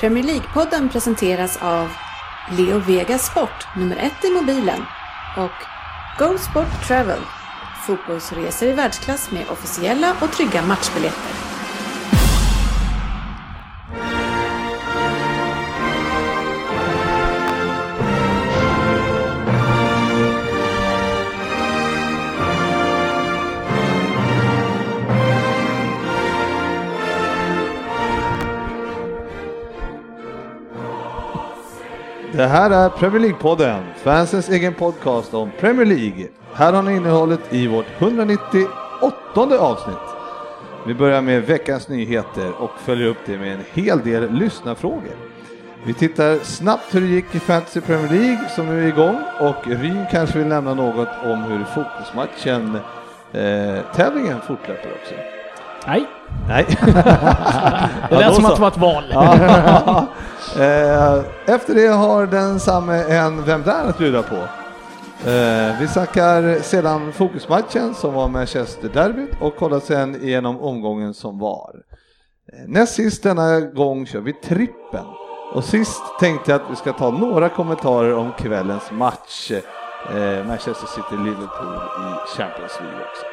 Premier League-podden presenteras av Leo Vega Sport, nummer ett i mobilen och Go Sport Travel, fotbollsresor i världsklass med officiella och trygga matchbiljetter. Det här är Premier League-podden, fansens egen podcast om Premier League. Här har ni innehållet i vårt 198 avsnitt. Vi börjar med veckans nyheter och följer upp det med en hel del lyssnarfrågor. Vi tittar snabbt hur det gick i Fantasy Premier League som nu är igång och Ryn kanske vill nämna något om hur fotbollsmatchen, eh, tävlingen fortlöper också. Nej, Nej. det lät som att det var ett val. Ja. Eh, Efter det har densamme en Vem där att bjuda på. Eh, Vi snackar sedan fokusmatchen som var Manchester-derbyt och kollar sedan igenom omgången som var. Eh, Näst sist denna gång kör vi trippen. Och sist tänkte jag att vi ska ta några kommentarer om kvällens match. eh, Manchester City-Liverpool i Champions League också.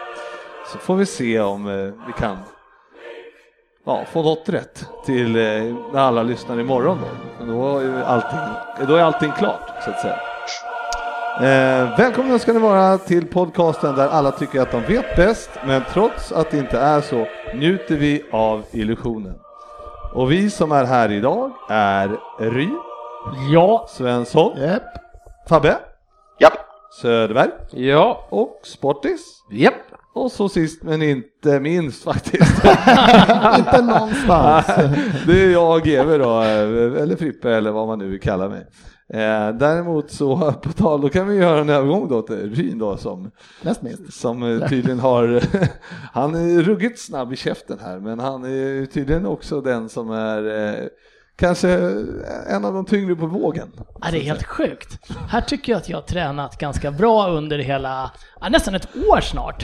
Så får vi se om eh, vi kan ja, få något rätt till eh, när alla lyssnar imorgon då. Men Då är, ju allting, då är allting klart så att säga. Eh, välkomna ska ni vara till podcasten där alla tycker att de vet bäst, men trots att det inte är så njuter vi av illusionen. Och vi som är här idag är Ry, Ja, Svensson, Fabbe, Japp. Söderberg Ja. och Sportis. Japp. Och så sist men inte minst faktiskt Inte någonstans. det är jag och GW då, eh, eller Frippe eller vad man nu vill kalla mig. Eh, däremot så, på tal, då kan vi göra en övergång då till Ryn då som, Näst minst. som eh, tydligen har, han är ruggigt snabb i käften här, men han är ju tydligen också den som är eh, kanske eh, en av de tyngre på vågen. Ja, det är helt sjukt. Här tycker jag att jag har tränat ganska bra under hela, ja, nästan ett år snart.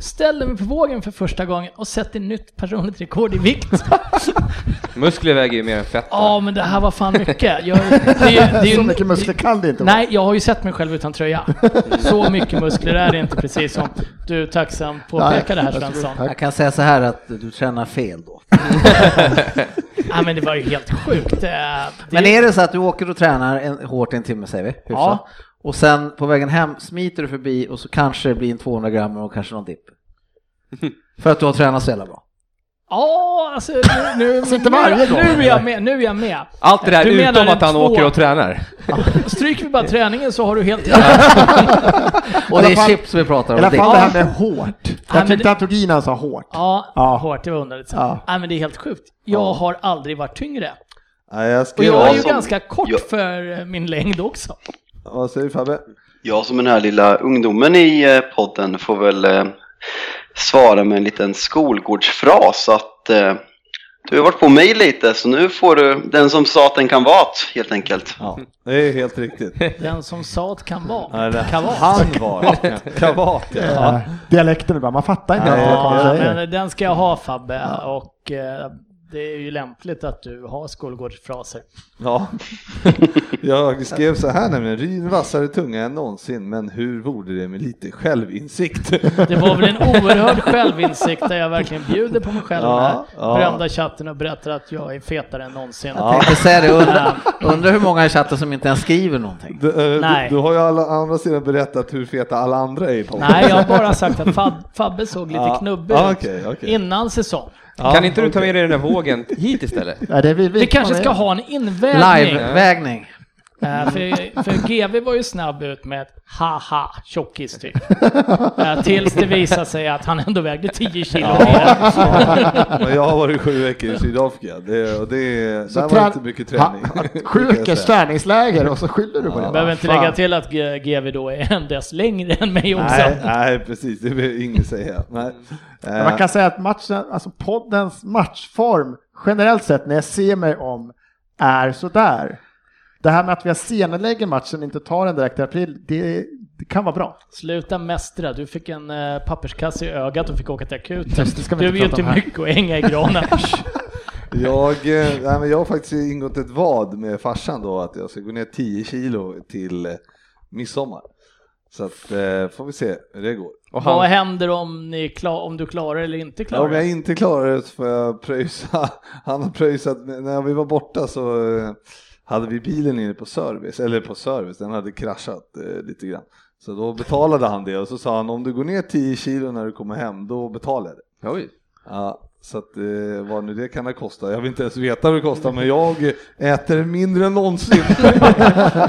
Ställde mig på vågen för första gången och sätter nytt personligt rekord i vikt. Muskler väger ju mer än fett. Ja, men det här var fan mycket. Jag, det är ju- det är ju- Så mycket muskler kan det inte vara. Nej, jag har ju sett mig själv utan tröja. Så mycket muskler är det inte precis som du tacksamt påpekade här Svensson. Tack. Jag kan säga så här att du tränar fel då. Ja, men det var ju helt sjukt. Eh, det- Men är det så att du åker och tränar en, hårt en timme säger vi, hyfsat. Ja. och sen på vägen hem smiter du förbi och så kanske det blir en 200 gram och kanske någon dipp. För att du har tränat så jävla bra. Ja, alltså nu, nu, inte varje nu, gång, nu är jag med. Nu är jag med. Allt det där Du menar utom en att han två- åker och tränar. Stryker vi bara träningen så har du helt Och det alla är fall- chips vi pratar I om. alla dipp. fall det här med hårt. men Jag tyckte det- han tog i när han sa hårt. Ja, Ja. hårt. Det var underligt. Ja. Ja. Nej, men det är helt sjukt. Jag har aldrig varit tyngre. Nej, jag Och skrev, jag är ju som- ganska kort jag- för eh, min längd också. vad säger Fabbe? Jag som den här lilla ungdomen i eh, podden får väl eh, svara med en liten skolgårdsfras att eh, du har varit på mig lite så nu får du den som sa att den kan vara att, helt enkelt. Ja, det är helt riktigt. Den som sa att kan vara. Nej, det- Kavat. Han var kavat. Ja. Ja. Dialekten är bara, man fattar inte Ja, ens vad Ja, han säger. men den ska jag ha Fabbe. Och eh, det är ju lämpligt att du har skolgårdsfraser. Ja, jag skrev så här nämligen, Ryn vassare tunga än någonsin, men hur vore det med lite självinsikt? Det var väl en oerhörd självinsikt där jag verkligen bjuder på mig själv Ja, här. ja. Berömda chatten och berättar att jag är fetare än någonsin. Eh, Ja. Jag tänkte säga det, undrar undra hur många i chatten som inte ens skriver någonting. Du, eh, Nej. du, du har ju alla andra sidan berättat hur feta alla andra är i podden. Nej, jag har bara sagt att Fab, Fabbe såg lite Ja. knubbig Ja, ut okej, okej. innan säsong. Ja, kan inte du ta med dig den där vågen hit istället? Nej, det är vi, Vi kanske ska ha en invägning. Live-vägning. Eh, för, för GV var ju snabb ut med ett haha tjockis typ. Eh, tills det visade sig att han ändå vägde 10 kilo mer. Men jag har varit sju veckor i Sydafrika, det, och det, där var trän- inte mycket träning. Ha- brukar Sju jag veckors säga. träningsläger och så skyller du på det. Jag behöver inte Fan. lägga till att G- GV då är en dess längre än mig också. Nej, nej, precis, det vill ingen säga. Nej. Men Man kan säga att matchen, alltså poddens matchform generellt sett när jag ser mig om är sådär. Det här med att vi har senarelägger matchen och inte tar den direkt i april, det, det kan vara bra. Sluta mästra, du fick en eh, papperskasse i ögat och fick åka till akuten. Just det, ska vi Du är inte ju prata inte om här. mycket att hänga i granen. Jag, eh, nej, men jag har faktiskt ingått ett vad med farsan då att jag ska gå ner 10 kilo till eh, midsommar. Så att, eh, får vi se hur det går. Och Vad han, händer om, ni klar, om du klarar eller inte klarar Om jag det? inte klarar det så får jag pröjsa. Han har pröjsat, när vi var borta så eh, hade vi bilen inne på service, eller på service, den hade kraschat eh, lite grann. Så då betalade han det och så sa han om du går ner 10 kilo när du kommer hem då betalar jag det. oj, Ja, så att, eh, vad nu det kan ha kostat. Jag vill inte ens veta vad det kostar men jag äter mindre än någonsin.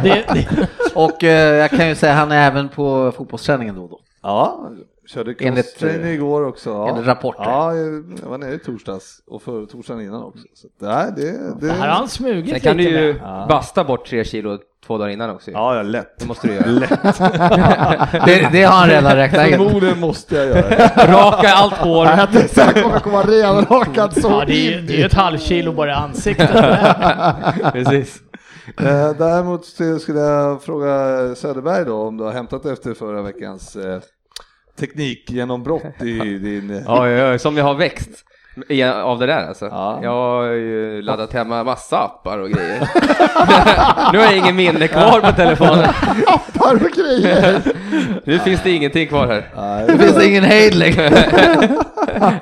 det, det, Och eh, jag kan ju säga han är även på fotbollsträningen då och då. Ja, körde Enligt, crosstrainer eh, igår också. Ja. enligt rapporter. Ja, jag var nere i torsdags och för torsdagen innan också. Så att, nej, det, det... det här har han sen smugit kan du lite ju med. basta bort tre kilo två dagar innan också ju. Ja, ja, lätt. Det måste du göra. Det, det har han redan räknat in. Förmodligen måste jag göra det. Raka allt hår. Jag tänkte att jag kommer komma renrakad så Ja, det är ju in det är ju ett halvkilo bara i ansiktet. Precis. Eh, Däremot så skulle jag fråga Söderberg då om du har hämtat efter förra veckans eh, teknikgenombrott i din... Ja, ja, ja, som jag har växt i- av det där alltså. Ja. Jag har ju laddat hemma massa appar och grejer. nu har jag ingen minne kvar på telefonen. appar och grejer. Nu finns det ingenting kvar här. Det Nej, finns ingen hejd längre.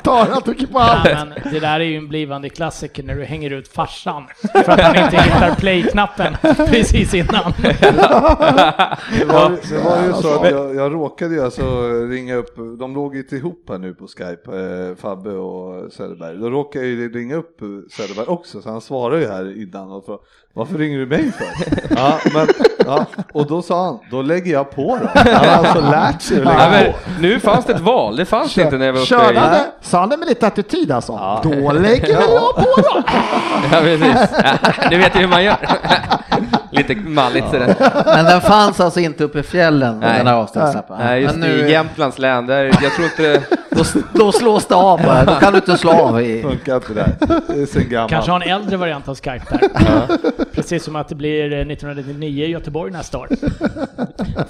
Tar han trycker på Ja, allt. men det där är ju en blivande klassiker när du hänger ut farsan för att han inte hittar play-knappen precis innan. det, var, det var ju alltså, så att jag, jag råkade ju alltså ringa upp, de låg ju ihop här nu på Skype, eh, Fabbe och Söderberg. Då råkade jag ju ringa upp Söderberg också, så han svarade ju här innan och frågade varför ringer du mig för? ja, men, ja, och då sa han, då lägger jag på då. Han har alltså lärt sig att lägga Nej, på. men, nu fanns det ett val, det fanns inte när jag var uppe Körde han i... det? Sa han det med lite attityd alltså? Då lägger väl jag på då! Ja, precis. Ja, nu vet jag hur man gör. Lite malligt sådär. Men den fanns alltså inte uppe i fjällen, Nej. den där avstängningslappen. Nej, just Men det, i Jämtlands län, där, jag tror inte... då, då slås det av bara. Då kan du inte slå av i... Funkar inte det där. Det är sen gammalt. Kanske har en äldre variant av Skype där. Precis som att det blir eh, 1999 i Göteborg nästa år.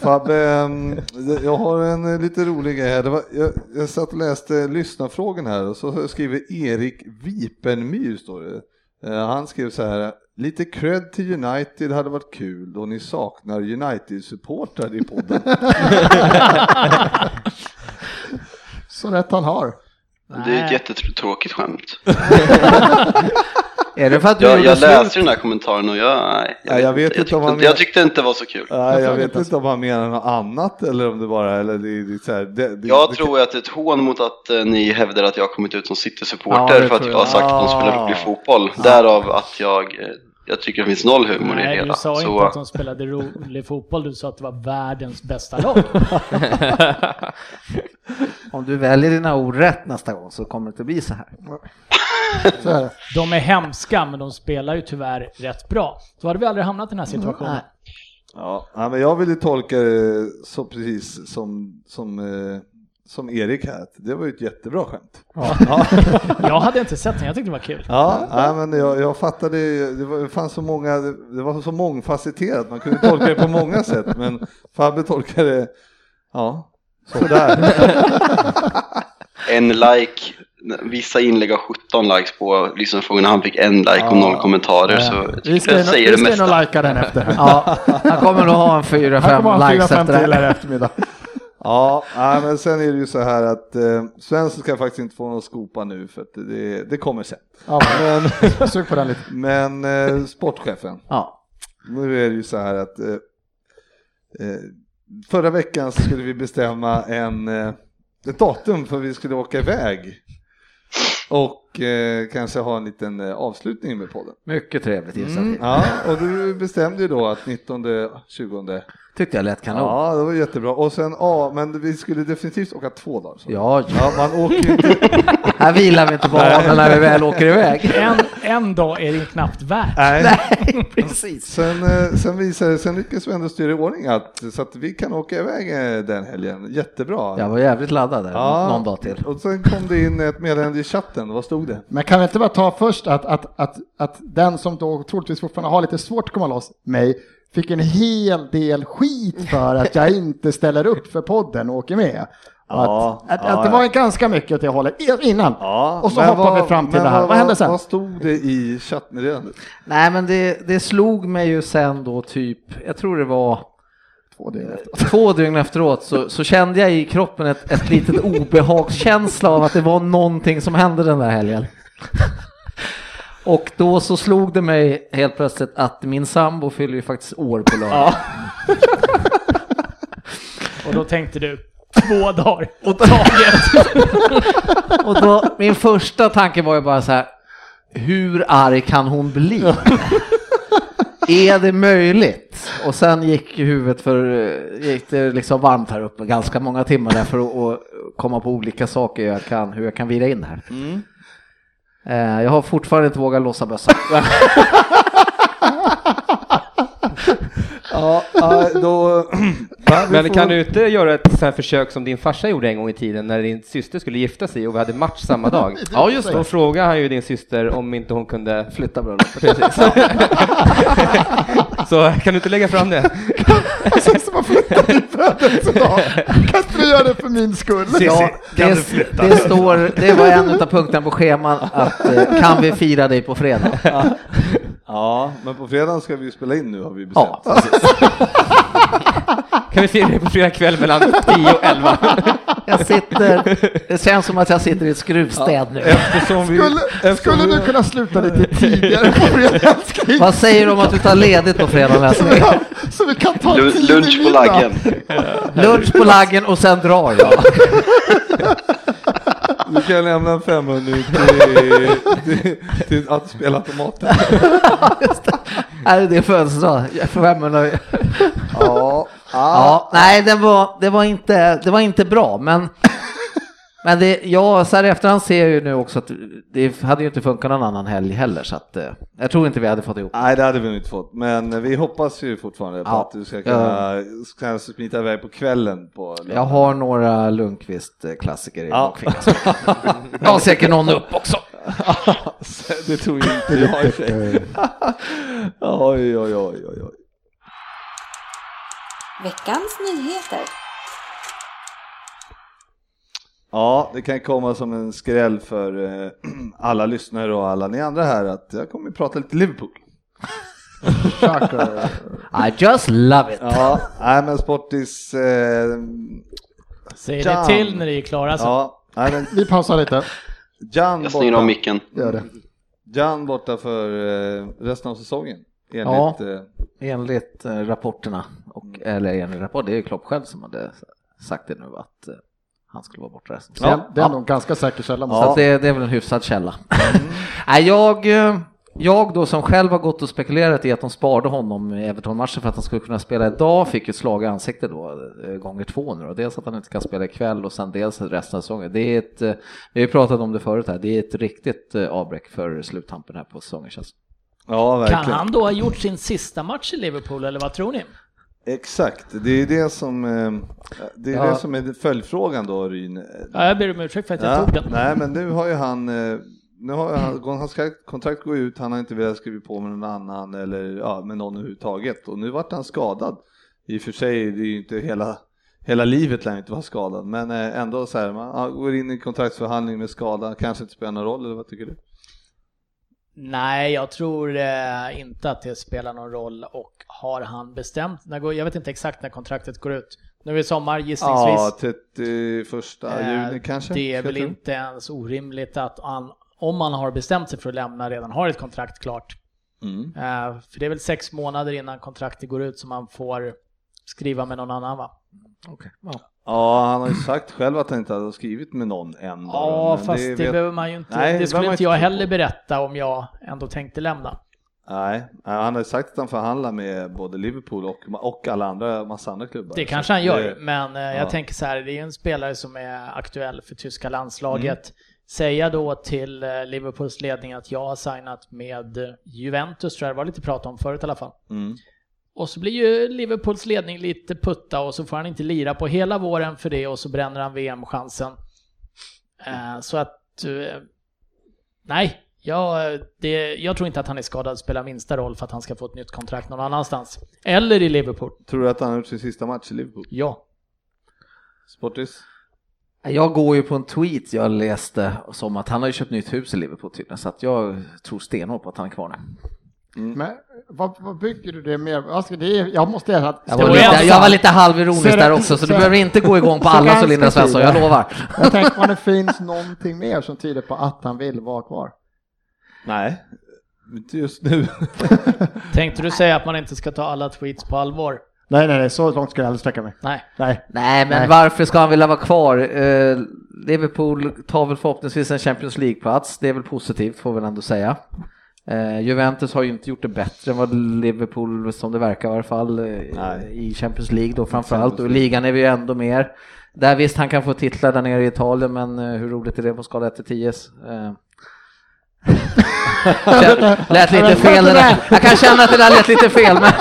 Fabbe, ehm, jag har en eh, lite rolig grej här. Det var, jag, jag satt och läste lyssnarfrågan här och så skriver Erik Wipenmyr, står det. Eh, Han skrev så här, lite cred till United hade varit kul då ni saknar United-supportrar i podden. Så rätt han har. Det är Nej. ett jättetråkigt skämt. Är det för att du Jag, gjorde jag läste slut? den här kommentaren och jag... Nej, Ja, jag vet jag, inte tyckte, om han inte- jag menar- tyckte inte det var så kul. Nej, jag vet inte om han menar något annat eller om det bara, eller det, det, är så här, det, det, Jag det, tror att det är ett hån mot att eh, ni hävdar att jag har kommit ut som Ja, City-supporter det för att tror jag har jag. sagt att de spelar rolig fotboll. Därav att jag, eh, jag tycker det finns noll humor i det Nej, du hela. sa Så, inte att de spelade rolig fotboll, du sa att det var världens bästa lag. Om du väljer dina ord rätt nästa gång så kommer det inte bli så här. Så är det. De är hemska, men de spelar ju tyvärr rätt bra. Då hade vi aldrig hamnat i den här situationen. Nej. Mm, Ja, nej, men jag ville tolka det så precis som, som, eh, som Erik här, att det var ju ett jättebra skämt. Jag hade inte sett den, jag tyckte det var kul. Ja, nej, men jag, jag fattade, ju- det, var, det fanns så många, det var så mångfacetterat, man kunde tolka det på många sätt, men Fabbe tolkade det, ja, sådär. en like, vissa inlägg har 17 likes på lyssnarfrågorna. Han fick en like och noll kommentarer. Så jag Vi tycker det ska säger ju det nog mesta. lajka den efter. Ja, han kommer nog ha en fyra Här fem kommer han fyra, likes fem efter det till här. här i eftermiddag. Ja, nej, men sen är det ju så här att eh, Svensson ska faktiskt inte få någon skopa nu, för att det, det kommer sen. Ja, Men, men sug på den lite. men eh, sportchefen, Ja. Nu är det ju så här att eh, eh, förra veckan så skulle vi bestämma en, eh, ett datum för vi skulle åka iväg och eh, kanske ha en liten eh, avslutning med podden. Mycket trevligt initiativ. Mm, ja, och du bestämde ju då att 19, 20. Tyckte jag lät kanon. Ja, det var jättebra. Och sen, ja, men vi skulle definitivt åka två dagar. Så. Ja, ja. Ja, man åker ju inte. här vilar vi inte på hanen när vi väl åker iväg. En, en dag är det ju knappt värt. Nej. Precis. Sen, eh, sen visade sen lyckas vi ändå styra i ordning att, så att vi kan åka iväg eh, den helgen. Jättebra. Jag var jävligt laddad där någon dag till. Och sen kom det in ett meddelande i chatten, vad stod det? Men kan vi inte bara ta först att, att, att, att den som då troligtvis fortfarande har lite svårt att komma loss, mig, fick en hel del skit för att jag inte ställer upp för podden och åker med. Ja, att, att, ja, att det var ja. ganska mycket åt det hållet i- innan. Ja, Och så men hoppar vi fram till men det här. Vad hände sen? Vad stod det i chattmeddelandet? Nej, men det, det slog mig ju sen då typ, jag tror det var Två dygn efter. två dygn efteråt så, så kände jag i kroppen ett, ett litet obehagskänsla av att det var någonting som hände den där helgen. Och då så slog det mig helt plötsligt att min sambo fyller ju faktiskt år på lördag. Och då tänkte du, två dagar åt taget. Och då, min första tanke var ju bara så här, hur arg kan hon bli? Är det möjligt? Och sen gick ju huvudet för, eh, gick det liksom varmt här uppe ganska många timmar där för att att komma på olika saker jag kan, hur jag kan vira in här. Eh, Jag har fortfarande inte vågat låsa bössan. Ja, ja, då... Va, vi Men får- kan du inte göra ett sånt här försök som din farsa gjorde en gång i tiden när din syster skulle gifta sig och vi hade match samma dag? Ja, just det. Då frågade han ju din syster om inte hon kunde... Flytta bröllopet. Precis. Så kan du inte lägga fram det? som har flyttat din födelsedag. Kan inte du göra det för min skull? Ja, det, det står, det var en av punkterna på scheman att eh, kan vi fira dig på fredag? Ja, men på fredag ska vi ju spela in nu har vi bestämt. Ja, Kan vi fira det på fredag kväll mellan 10 och 11? Jag sitter, det känns som att jag sitter i ett skruvstäd nu. Eftersom vi... Skulle, eftersom skulle vi- du kunna sluta lite tidigare på fredag älskling? Vad säger du om att du tar ledigt på fredag så, Lasse? vi kan, så vi kan ta Lu- tidig Lunch på middag. laggen. Lunch på laggen och sen drar jag. Du kan lämna en 500 till, till, till att spela automaten. Är det det födelsedag? Jag får vara med nu. Ja, Ja, nej, det var, det var, inte, det var inte bra, men men det, ja, så här i efterhand ser jag ju nu också att det hade ju inte funkat någon annan helg heller, så att eh, jag tror inte vi hade fått ihop. Nej, det hade vi nog inte fått, men vi hoppas ju fortfarande på Ja. att du ska kunna, ska kunna smita iväg på kvällen på lördag. Jag har några Lundqvist-klassiker i Ja. bakfickan. Jag har säkert någon upp också. Det tror ju inte jag i och för sig. Oj, oj, oj, oj, oj. Veckans nyheter. Ja, det kan komma som en skräll för eh, alla lyssnare och alla ni andra här att jag kommer att prata lite Liverpool. I just love it. Ja, nej men Sportis, eh, Säg Damn. det till när det är klara. Alltså- Så. ja, nej men Vi pausar lite. Jan Jag stänger av borta, micken. Gör det. Jan borta för eh, resten av säsongen. Enligt, Ja. eh, Enligt eh, rapporterna, och, eller enligt rapport, det är ju Klopp själv som hade sagt det nu att eh, han skulle vara borta resten. Det är, det är Ja. nog en ganska säker källa. Så Ja. att det, det är väl en hyfsad källa. Nej, jag, eh, jag då som själv har gått och spekulerat i att de sparade honom i Everton-matchen för att han skulle kunna spela idag fick ju slag i ansiktet då, eh, gånger två nu då. Dels att han inte kan spela ikväll och sen dels resten av säsongen. Det är ett, eh, vi har ju pratat om det förut här, det är ett riktigt eh, avbräck för sluttampen här på säsongen känns det. ja, verkligen. Kan han då ha gjort sin sista match i Liverpool, eller vad tror ni? Exakt, det är det som, eh, det är, Ja. det som är följdfrågan då Ryn. Ja, jag ber om ursäkt för att jag Ja, tog den. nej men nu har ju han, eh, nu har ju han, hans kontrakt går ut, han har inte velat skriva på med någon annan eller ja, med någon överhuvudtaget och nu vart han skadad. I och för sig, det är ju inte hela, hela livet lär inte vara skadad men eh, ändå så här, man ja, går in i kontraktsförhandling med skada, kanske inte spelar någon roll eller vad tycker du? Nej, jag tror eh, inte att det spelar någon roll. Och har han bestämt, när går, jag vet inte exakt när kontraktet går ut. Nu är det sommar Ja, gissningsvis. 31 Eh, juni kanske? Det är ska jag väl tro. inte ens orimligt att han, om man har bestämt sig för att lämna, redan har ett kontrakt klart. Mm. Eh, För det är väl sex månader innan kontraktet går ut som man får skriva med någon annan va? Ja, han har ju sagt själv att han inte hade skrivit med någon än. då, Ja, men fast det, det vet- behöver man ju inte. Nej, det det skulle behöver inte man jag inte tro heller berätta om jag ändå tänkte lämna. Nej, han har sagt att han förhandlar med både Liverpool och, och alla andra, massa andra klubbar. Det Så kanske han gör, det- men eh, ja. jag tänker så här, det är ju en spelare som är aktuell för tyska landslaget. Mm. Säga då till eh, Liverpools ledning att jag har signat med eh, Juventus, tror jag det var lite prat om förut i alla fall. Mm. Och så blir ju Liverpools ledning lite putta och så får han inte lira på hela våren för det och så bränner han VM-chansen. Eh, Så att... eh, Nej, jag, det, jag tror inte att han är skadad spelar minsta roll för att han ska få ett nytt kontrakt någon annanstans. Eller i Liverpool. Tror du att han har gjort sin sista match i Liverpool? Ja. Sportis? Jag går ju på en tweet jag läste som att han har ju köpt nytt hus i Liverpool tydligen, så att jag tror stenhårt på att han är kvar nu. Men vad, vad bygger du det med? Alltså, det är, jag måste erkänna att Jag Det var, var ju lite, en jag sak. var lite halvironisk Ser- där också, så du ser- behöver inte gå igång på ser alla ganska Linda Svensson, jag tydligt. lovar. jag tänker om det finns någonting mer som tyder på att han vill vara kvar. Nej, inte just nu. Tänkte du säga att man inte ska ta alla tweets på allvar? Nej, nej, nej, så långt ska jag aldrig sträcka mig. Nej. Nej. Nej, men Nej. varför ska han vilja vara kvar? Eh, Liverpool tar väl förhoppningsvis en Champions League-plats, det är väl positivt får vi väl ändå säga. Eh, Juventus har ju inte gjort det bättre än vad Liverpool, som det verkar i alla fall, eh, Nej. i Champions League då framförallt. Champions Och i League. ligan är vi ju ändå mer. Där visst, han kan få titlar där nere i Italien, men eh, hur roligt är det på skala 1-10? Eh, lät- lät lite fel det där. Jag kan känna att det där lät lite fel, men...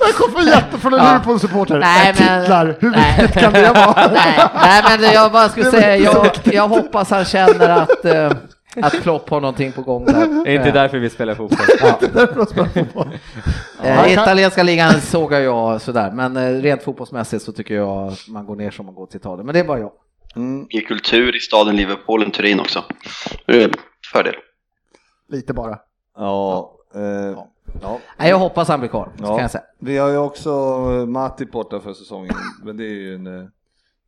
Jag kom för jätte från en Ja. Liverpool-supporter. Nej, men- Titlar, hur Nej. viktigt kan det vara? nej, nej, men jag bara skulle säga, jag, jag hoppas han känner att, eh, att Klopp har någonting på gång där. Det är inte Eh, därför vi spelar fotboll. eh, italienska ligan sågar jag sådär, men eh, rent fotbollsmässigt så tycker jag att man går ner som man går till Italien. Men det är bara jag. Ge kultur i staden Liverpool och Turin också. Det är en fördel. Lite bara. Ja, eh, ja. Nej, jag hoppas han blir kvar, så Ja. kan jag säga. Vi har ju också eh, Matti borta för säsongen, men det är ju en, eh,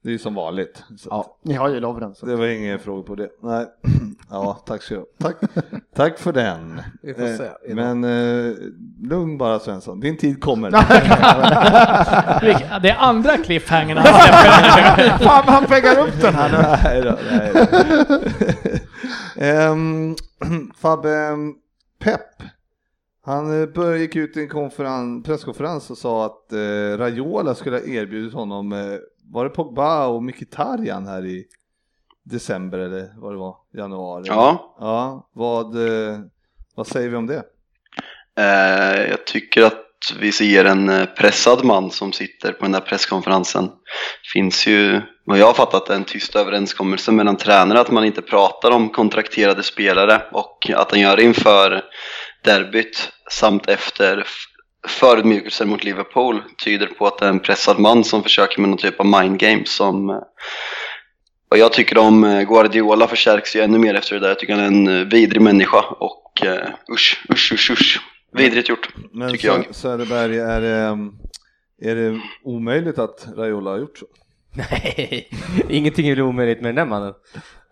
det är ju som vanligt. Så Ja. Ni har ju Lovren. Det var ingen fråga på det. Nej. Ja, tack så du Tack. Tack för den. Vi får se. Eh, Men eh, lugn bara Svensson, din tid kommer. Vilka- Det är andra cliffhangern han släpper. Fan, han peggar upp den här nu. nej då, nej då. Ehm, Fabbe, ehm, Pep, han eh, bör- gick ut i en konferens, presskonferens och sa att eh, Raiola skulle ha erbjudit honom, eh, var det Pogba och Mkhitaryan här i december eller vad det var, januari? Ja. Ja, vad, eh, vad säger vi om det? Eh, Jag tycker att vi ser en eh, pressad man som sitter på den där presskonferensen. finns ju, vad jag har fattat, en tyst överenskommelse mellan tränare att man inte pratar om kontrakterade spelare och att han gör det inför derbyt samt efter f- förödmjukelsen mot Liverpool tyder på att det är en pressad man som försöker med någon typ av mind game som eh, vad jag tycker om eh, Guardiola förstärks ju ännu mer efter det där. Jag tycker han är en eh, vidrig människa och eh, usch, usch, usch, usch. Vidrigt gjort. Men Tycker jag. Sö- Söderberg, är, det- mm, är det omöjligt att Raiola har gjort så? Nej, ingenting är väl omöjligt med den där mannen.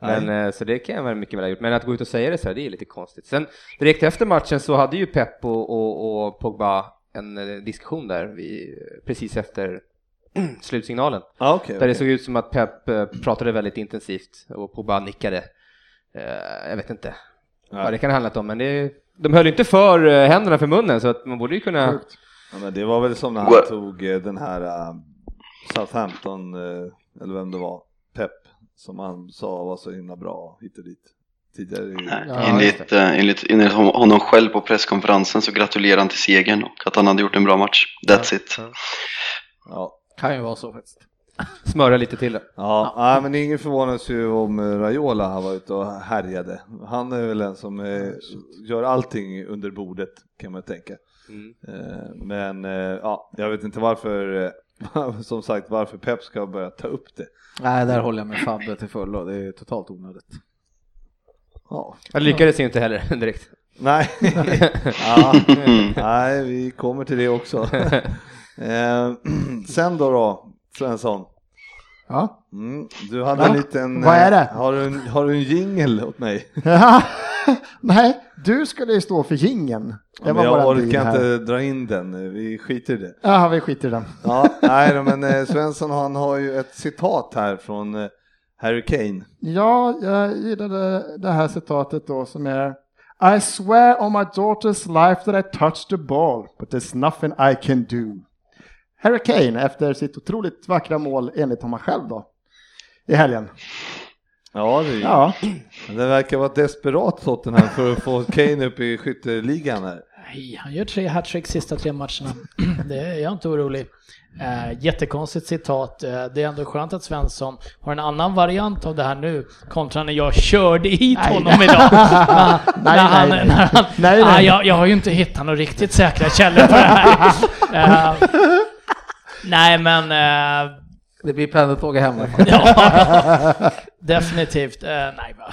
Men, eh, så det kan jag väl mycket väl ha gjort. Men att gå ut och säga det så här, det är lite konstigt. Sen direkt efter matchen så hade ju Pep och, och, och Pogba en eh, diskussion där vi, precis efter slutsignalen. Ah, okay, Där det såg ut som att Pep eh, pratade väldigt intensivt och Pogba nickade. Eh, Jag vet inte vad det kan ha handlat om, men det, de höll ju inte för eh, händerna för munnen så att man borde ju kunna... Ja, men det var väl som när han Well- tog eh, den här eh, Southampton, eh, eller vem det var, Pep, som han sa var så himla bra hit och dit. Tidigare i- Nej, Ja, enligt, eh, enligt, enligt hon- honom själv på presskonferensen så gratulerar han till segern och att han hade gjort en bra match. That's it. Ja, Kan ju vara så faktiskt. Smöra lite till det. ja. ja men ingen förvånas ju om eh, Raiola har varit och härjade. Han är väl en som eh, gör allting under bordet kan man tänka. Eh, Men eh, ja, jag vet inte varför, eh, som sagt, varför Pep ska börja ta upp det. Nej, där håller jag med Fabbe till fullo. Det är ju totalt onödigt. Ja. Jag lyckades ju inte heller direkt. Nej. ja. Nej, vi kommer till det också. Eh, Sen då då, Svensson. Ja. Mm, du hade Ja, en liten... vad är det? eh, Har du en, har du en jingle åt mig? Nej, du skulle ju stå för jingeln. Det Ja, var men bara jag en deal orkar här. inte dra in den, vi skiter i det. Jaha, vi skiter i den. Ja, nej då, men eh, Svensson han har ju ett citat här från eh, Harry Kane. Ja, jag gillade det här citatet då som är I swear on my daughter's life that I touched the ball, but there's nothing I can do. Harry Kane efter sitt otroligt vackra mål enligt honom själv då. I helgen. Ja, det, ja. Ja, det verkar vara ett desperat Tottenham för att få Kane upp i skytteligan här. Nej, han gör tre hattrick sista tre matcherna. Det är jag inte orolig. Eh, jättekonstigt citat. Eh, det är ändå skönt att Svensson har en annan variant av det här nu kontra när jag körde hit Nej. honom idag. när, Nej, när han, nej, nej. När han, Nej, nej. Ah, jag, jag har ju inte hittat några riktigt säkra källor på det här. Eh, nej, men eh, Det blir pendeltåg hem. i alla fall. Ja, definitivt. Eh, nej, va.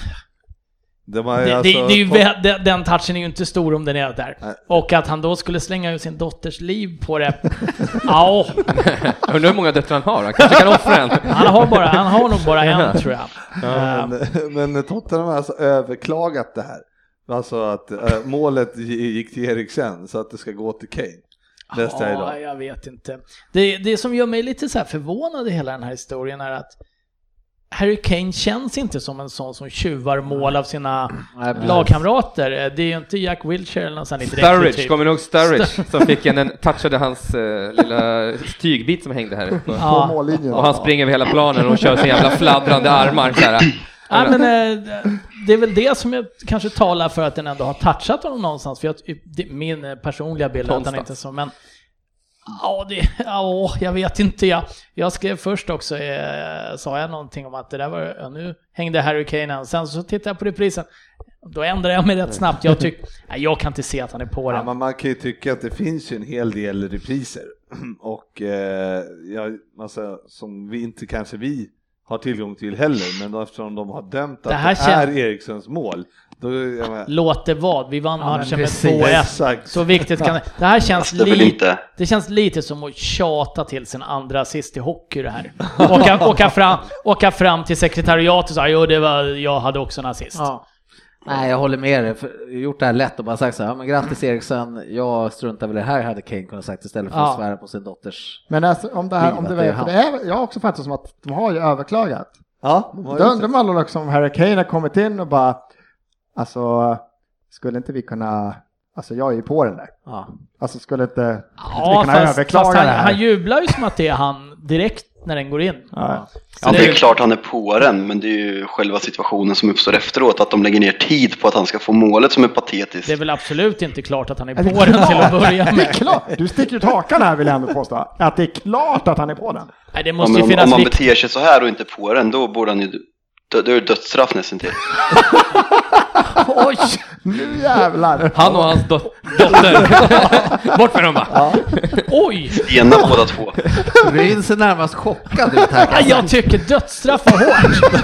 Det, var det, alltså det, det är ju, på- vä- de- den touchen är ju inte stor om den är där. Nej. Och att han då skulle slänga ut sin dotters liv på det. Ja, Jag Undrar hur många döttrar han har, han kanske kan offra en. han har, bara, han har nog bara en tror jag. Eh, men, men Tottenham har alltså överklagat det här. Alltså att eh, målet gi- gick till Eriksen så att det ska gå till Kane. Läste jag Ja, idag. jag vet inte. Det, det som gör mig lite så här förvånad i hela den här historien är att Harry Kane känns inte som en sån som tjuvar mål av sina Nej, precis. lagkamrater. Eh, Det är ju inte Jack Wilshere eller någon sån här direkt Sturridge, typ. kommer ni ihåg Sturridge som fick en, en touchade hans eh, lilla tygbit som hängde här? på Ja. mållinjen. Och han springer över hela planen och kör sin jävla fladdrande armar så här. Nej, men eh, det är väl det som jag kanske talar för att den ändå har touchat honom någonstans. För jag, det, min eh, personliga bild är att han Någonstans. inte är så, men Ja, det, ja, jag vet inte. Jag, jag skrev först också, eh, sa jag någonting om att det där var, ja, nu hängde Harry Kane än. Sen så tittade jag på reprisen. Då ändrade jag mig rätt snabbt. Jag tyck, nej, jag kan inte se att han är på Ja, den. men man kan ju tycka att det finns ju en hel del repriser. Och eh, ja, alltså, som vi inte kanske vi har tillgång till heller. Men då, eftersom de har dömt att Det det, är här kän- Eriksens mål. Då, jag menar, Låt det vara, vi vann men matchen med precis. 2-1. exakt. Så viktigt kan det... Det här känns Fast det är väl lite... inte... Det känns lite som att tjata till sin andra assist i hockey det här. Åka, åka, fram, åka fram till sekretariatet och säga jo det var, jag hade också en assist. Ja. Nej, jag håller med dig. För jag har gjort det här lätt och bara sagt så här, "Ja, men grattis Eriksen, jag struntar väl i det här, hade Kane kunnat sagt istället för att Ja. svära på sin dotters. Men alltså, om det här, om det Livet är var, för det är, jag har också fattat som att de har ju överklagat. Ja, de har Då ju undrar man då liksom om Harry Kane har kommit in och bara, alltså, skulle inte vi kunna, alltså jag är ju på den där. Ja. Alltså skulle inte, Ja, vi kan fast, överklaga fast han, det här. han jublar ju som att det är han direkt när den går in. ja. Ja, det- det är klart han är på den, men det är ju själva situationen som uppstår efteråt. Att de lägger ner tid på att han ska få målet som är patetiskt. Det är väl absolut inte klart att han är Är det på den klart? till att börja det är med. klart, du sticker ut hakan här vill jag ändå påstå, att det är klart att han är på den. Nej, det Ja, måste men ju om, om finnas man vikt. beter sig så här och inte på den, då borde han ju... Då då är det dödsstraff nästan till. Oj! Nu jävlar! Han och hans dot- dotter. Bort med dem bara. Oj! Ena båda två. Ryn ser närmast chockad ut här. kan jag Nej, säga. Jag tycker dödsstraff var hårt.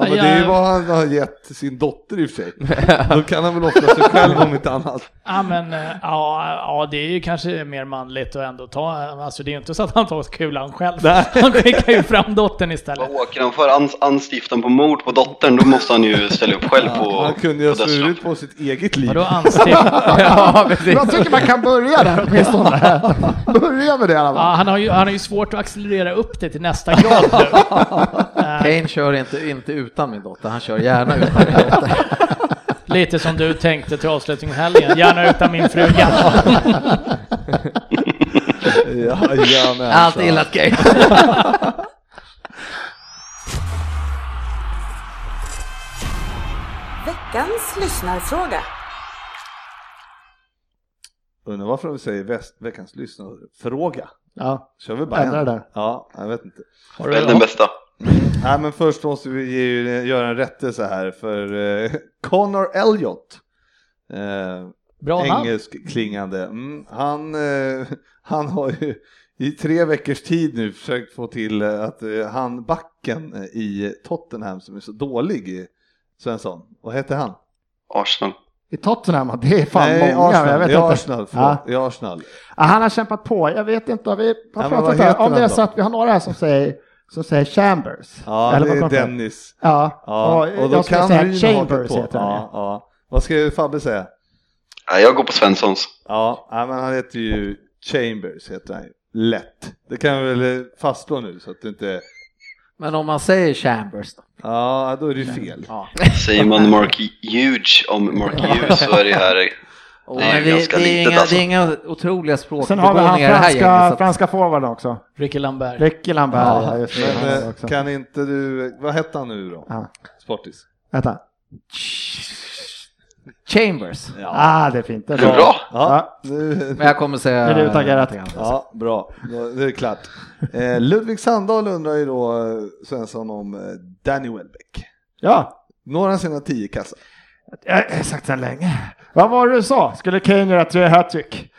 Ja, men det är ju vad han har gett sin dotter i och för sig. Då kan han väl offra sig själv om inte annat. Ja, men eh, ja, ja, det är ju kanske mer manligt att ändå ta, alltså det är ju inte så att han tar kulan själv. Han skickar ju fram dottern istället. Vad åker han för? Ans- anstiftan på mord på dottern, då måste han ju ställa upp själv på, Han kunde ju på ha dödsstraff. svurit på sitt eget liv. Vadå anstift? Ja, precis. Jag tycker man kan börja där åtminstone. börja med det i alla Ja, fall. han, har ju, han har ju svårt att accelerera upp det till nästa grad nu. Kane kör inte, inte utan min dotter, han kör gärna utan min dotter. Lite som du tänkte till avslutningen av helgen. Gärna utan min fruga. Ja, ja, men Allt alltså. illat Kane. Veckans lyssnarfråga. Undrar varför de säger väst, veckans lyssnarfråga. Ja, Kör vi bara Ändra en? det. Ja, jag vet inte. Väl den bästa. Nej, men först måste vi ge, göra en rättelse här för eh, Connor Elliot. Eh, Bra namn. engelsk klingande. Mm, han, eh, han har ju i tre veckors tid nu försökt få till eh, att eh, han backen eh, i Tottenham som är så dålig, eh, Svensson, vad heter han? Arsenal. i Tottenham, det är fan många. Arsenal. Jag vet I inte. Arsenal, förlåt, i Arsenal. Ja, han har kämpat på. Jag vet inte, vi men vad har pratat heter här. om han det är då? så att vi har några här som säger, som säger Chambers. Ja, Eller vad det är pratar vi om? Dennis. Ja, Ja, och, jag skulle säga Ryn ha hakat Chambers heter han. ja, Ja. ja. Vad ska Fabbe säga? Nej, jag går på Svenssons. Ja, nej, men han heter ju Chambers, heter han ju. Lätt. Det kan vi väl eh, fastslå nu så att det inte... Men om man säger Chambers då? Ja, då är det ju fel. Ja. Säger man Mark Huge om Mark Hughes så är det här... Och Det är men ju det, ganska det, är litet, inga, alltså. det är inga otroliga Sen har vi han språkbegåvningar i det här franska, gänget. så att- franska forwarden också. Ricky Lambert. Ricky Lambert. Ja. Ja, just det. Men han eh, också. kan inte du, vad hette han nu då? Ja. Sportis? Vänta. Chambers. Ah, det är fint. Det är Det är bra. bra! Ja. Ja, nu, Men jag kommer säga... Är det utagerat? någonting annat. ja bra. Då- Det är klart. Eh, Ludvig Sandahl undrar ju då, eh, Svensson, om eh, Danny Welbeck. ja. Några sina tio kassar. Jag har sagt sedan länge. Vad var det du sa? Skulle Kane göra tre hattrick?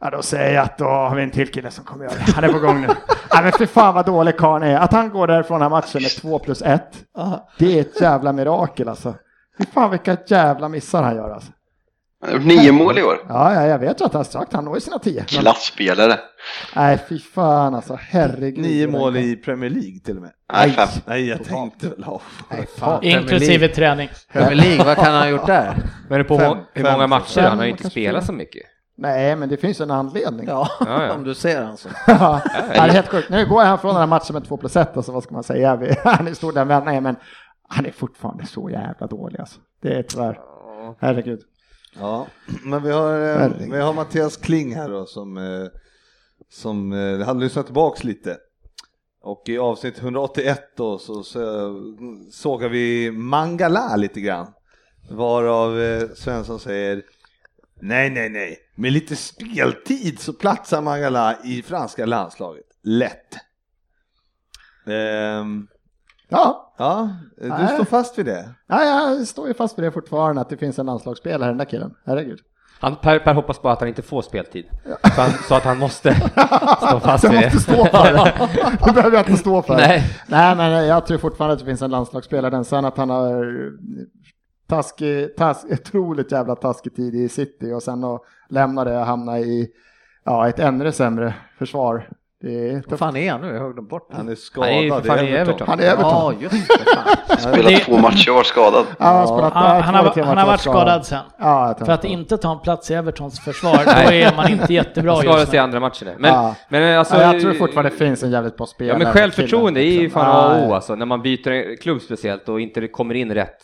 Ja, då säger jag att då har vi en till kille som kommer göra det. Han är på gång nu. Nej, men fy fan vad dålig karln är. Att han går därifrån den här matchen med 2 plus 1, det är ett jävla mirakel alltså. Fy fan vilka jävla missar han gör alltså. Han har gjort nio mål i år. Ja, ja jag vet ju att han strax, han når ju sina 10. Men- Klassspelare. Nej, fy fan alltså. Herregud. Nio mål i Premier League till och med. Nej, fem. Nej, jag tänkte väl. ja. Nej, fan, Inklusive träning. Premier League, vad kan han ha gjort där? Men på Fem- må- hur fem- många matcher? fem- han har ju inte kanske spelat fyra. så mycket. Nej, men det finns en anledning. Ja, Ja, ja. om du ser han så. Ja, det är helt sjukt. Nu går han från den här matchen med 2 plus 1, alltså vad ska man säga? Vi- Han är stor den vändningen, men han är fortfarande så jävla dålig alltså. Det är tyvärr. Herregud. Ja, men vi har, eh, Herregud. vi har Mattias Kling här då som, eh, som eh, hade lyssnat tillbaks lite. Och i avsnitt 181 då så, så mm, sågar vi Mangala lite grann. Varav eh, Svensson säger Nej, nej, nej, med lite speltid så platsar Mangala i franska landslaget. Lätt. Ehm, Ja, ja, du Nej. står fast vid det? nej, jag står ju fast vid det fortfarande, att det finns en landslagsspelare, den där killen. Herregud. Han, per, per hoppas bara att han inte får speltid. Så, han, så att han måste stå fast Jag vid det. måste stå för det. Det behöver jag inte stå för. Nej. Nej, men jag tror fortfarande att det finns en landslagsspelare. Den sen att han har eh, taskig, task, otroligt jävla taskig tid i City och sen att lämna det och hamna i ja, ett ännu sämre försvar. Det är Vad tufft. fan är han nu? Jag höll den bort. Han är Han är ju för skadad fan i Everton. Han är Everton. Ja, just det. Fan. Spelat Det- två matcher och varit skadad. Ja, han har spelat Han, nej, han, två har, eller tre han har matcher varit skadad sen. Ja, jag tror För att han- inte ta en plats i Evertons försvar, då är man inte jättebra Ska just se nu. andra matcher nu. Men, Ja. men alltså, ja, jag tror fortfarande det finns en jävligt bra spelare. Ja, men självförtroende är killen, ju liksom. fan A Ja, och O ja. alltså, när man byter klubb speciellt och inte kommer in rätt.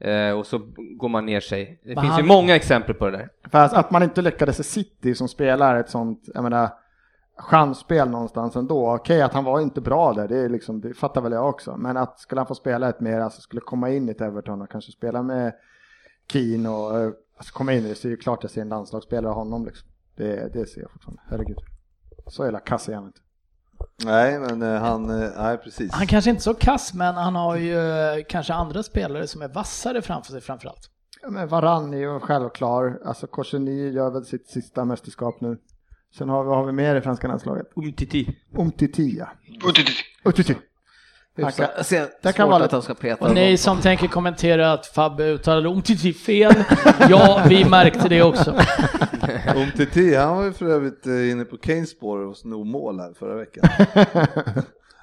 Eh, och så går man ner sig. Det Men finns ju han- många exempel på det där. För att, att man inte lyckades i City som spelar ett sånt, jag menar, chansspel någonstans ändå. Okej att han var inte bra där, det, är liksom, det fattar väl jag också. Men att skulle han få spela ett mer, alltså skulle komma in i ett Everton och kanske spela med Keane och eh, alltså komma in i det så är det ju klart jag ser en landslagsspelare av honom liksom. Det, det ser jag fortfarande, herregud. Så jävla kass är han inte. Nej, men eh, han, eh, nej precis. Han kanske inte är så kass, men han har ju eh, kanske andra spelare som är vassare framför sig framförallt. Ja, men Varann är ju självklar, alltså Korseny gör väl sitt sista mästerskap nu. Sen har vi, vad har vi mer i franska landslaget? Umtiti. Umtiti ja. Han kan- Jag ser kan svårt vara att lite- han ska peta. Och ni honom. som tänker kommentera att Fabbe uttalade omtiti fel, ja, vi märkte det också. Umtiti, han var ju för övrigt eh, inne på Keynes spår och snor mål här förra veckan.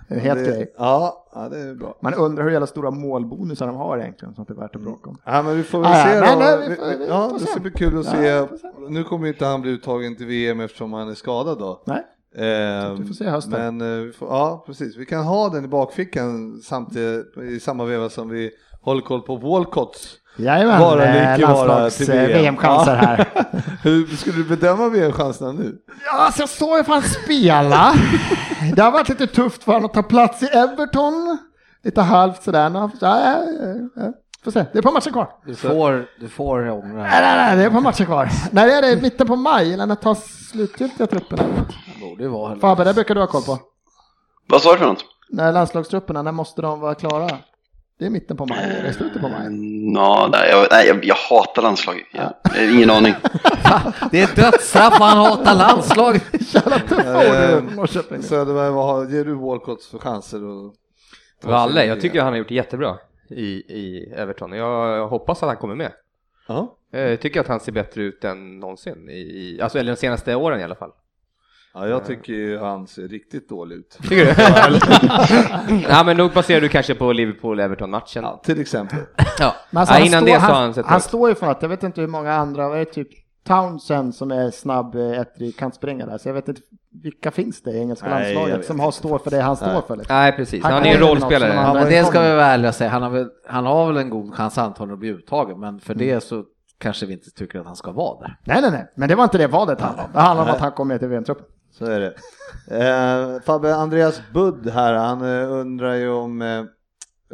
En het det, grej. Ja, ja, det är bra. Man undrar hur jävla stora målbonusar de har egentligen, så att det är värt att bråka om. Ja, men vi får väl Ja, ja, se nej, då. nej, vi får- vi ja, får det se. ska bli kul att Ja, vi får se. Nu kommer ju inte han bli uttagen till VM eftersom han är skadad då. Nej, Eh, att vi får se i hösten. Men eh, vi får, ja, precis. Vi kan ha den i bakfickan samtidigt i samma veva som vi håller koll på Walcotts. Jajamän, Vara eh, lik i vara landslags- till eh, VM. VM-chanser här. Hur skulle du bedöma VM-chanserna nu? Ja, alltså jag såg ju fan spela. Det har varit lite tufft för honom att ta plats i Everton. Lite halvt sådär. Ja, ja, ja, ja. Får se, det är på matchen kvar. Du får, du får ångra. Nej, nej, nej, det är på matchen kvar. Nej, det är det i mitten på maj, eller när tas slutgiltiga trupperna. Det borde ju vara. Fabbe, det brukar du ha koll på. Vad sa du för något? När landslagstrupperna, när måste de vara klara? Det är mitten på maj, eller slutet på maj. Nå, Mm, nej, jag, nej, jag, jag hatar landslag. Jag, eh, ingen aning. Det är dödsstraff och han hatar landslaget. Jävla tuffa Eh, år nu, Norrköping. Söderberg, vad har- ger du Walcotts för chanser? att ta sig Valle, jag vidare? tycker han har gjort det jättebra i, i Everton. Jag hoppas att han kommer med. Ja. Eh, Jag tycker att han ser bättre ut än någonsin, i, i, alltså, eller de senaste åren i alla fall. Ja, jag tycker ju han ser riktigt dålig ut. Tycker du? Mm. ja, men nog baserar du kanske på Liverpool-Everton-matchen. Ja, till exempel. Ja. Men alltså, innan det så har han, han sett han bra ut. står ju för att, jag vet inte hur många andra, vad är det typ Townsend som är snabb eh, ettrig kantspringare, så jag vet inte vilka finns det i engelska Nej, jag landslaget vet som har står för det han står Nej. för liksom. Nej, precis. Han Han, är ju kommer med något som rollspelare. de andra- Han Men var det ju ska vi kom- vara ärliga och säga. Han har väl, han har väl en god chans antagligen att bli uttagen, men för det så kanske vi inte tycker att han ska vara där. Nej, nej, nej, men det var inte det valet han om. Det handlar om att han kom med till VM-truppen. Så är det. Eh, Fabbe, Andreas Budd här, han eh, undrar ju om eh,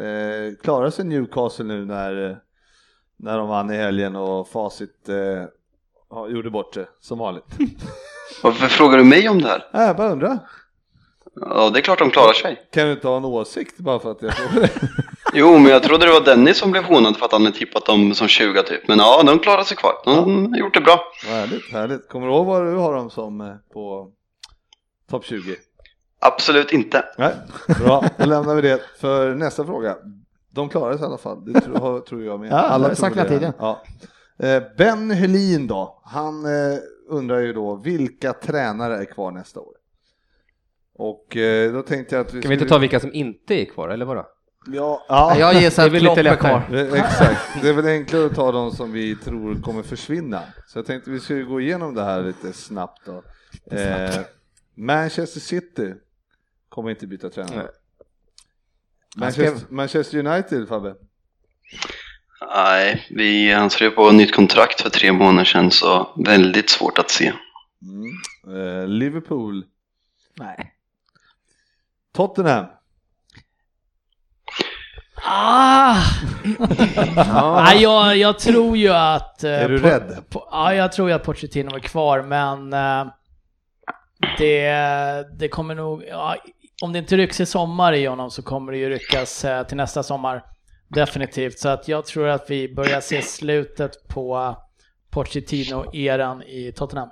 eh, klarar sig Newcastle nu när, eh, när de vann i helgen och facit eh, ja, gjorde bort det som vanligt? Varför frågar du mig om det här? Ja, jag bara undrar. Ja, det är klart de klarar sig. Kan du inte ha en åsikt bara för att jag frågar dig? Jo, men jag trodde det var Dennis som blev hånad för att han hade tippat dem som 20 typ. Men ja, de klarar sig kvar. De har gjort det bra. Vad härligt, härligt. Kommer du ihåg vad du har dem som eh, på topp 20? Absolut inte. Nej, bra. Då lämnar vi det för nästa fråga. De klarar sig i alla fall, det tror, har- tror jag med. Ja, det har vi tror sagt hela tiden. Ja. Eh, Ben Helin då, han eh, undrar ju då vilka tränare är kvar nästa år? Och eh, då tänkte jag att vi Kan vi inte ta vilka som inte är kvar, eller vadå? Ja, ja. Jag gissar Det är att väl Klopp lite är lättare. kvar. Eh, Exakt, det är väl enklare att ta de som vi tror kommer försvinna. Så jag tänkte vi skulle gå igenom det här lite snabbt då. Eh, Manchester City kommer inte byta tränare. Nej. Manchester, Manchester United Fabbe? Nej, vi han skrev på ett nytt kontrakt för tre månader sedan så väldigt svårt att se. Eh, Liverpool? Nej. Tottenham? Ah! Nej, jag, jag tror ju att... eh, Är du Po- rädd? Po- Ja, jag tror ju att Pochettino är kvar, men eh, det, det kommer nog... Ja, om det inte rycks i sommar i honom så kommer det ju ryckas eh, till nästa sommar. Definitivt. Så att jag tror att vi börjar se slutet på Pochettino-eran i Tottenham.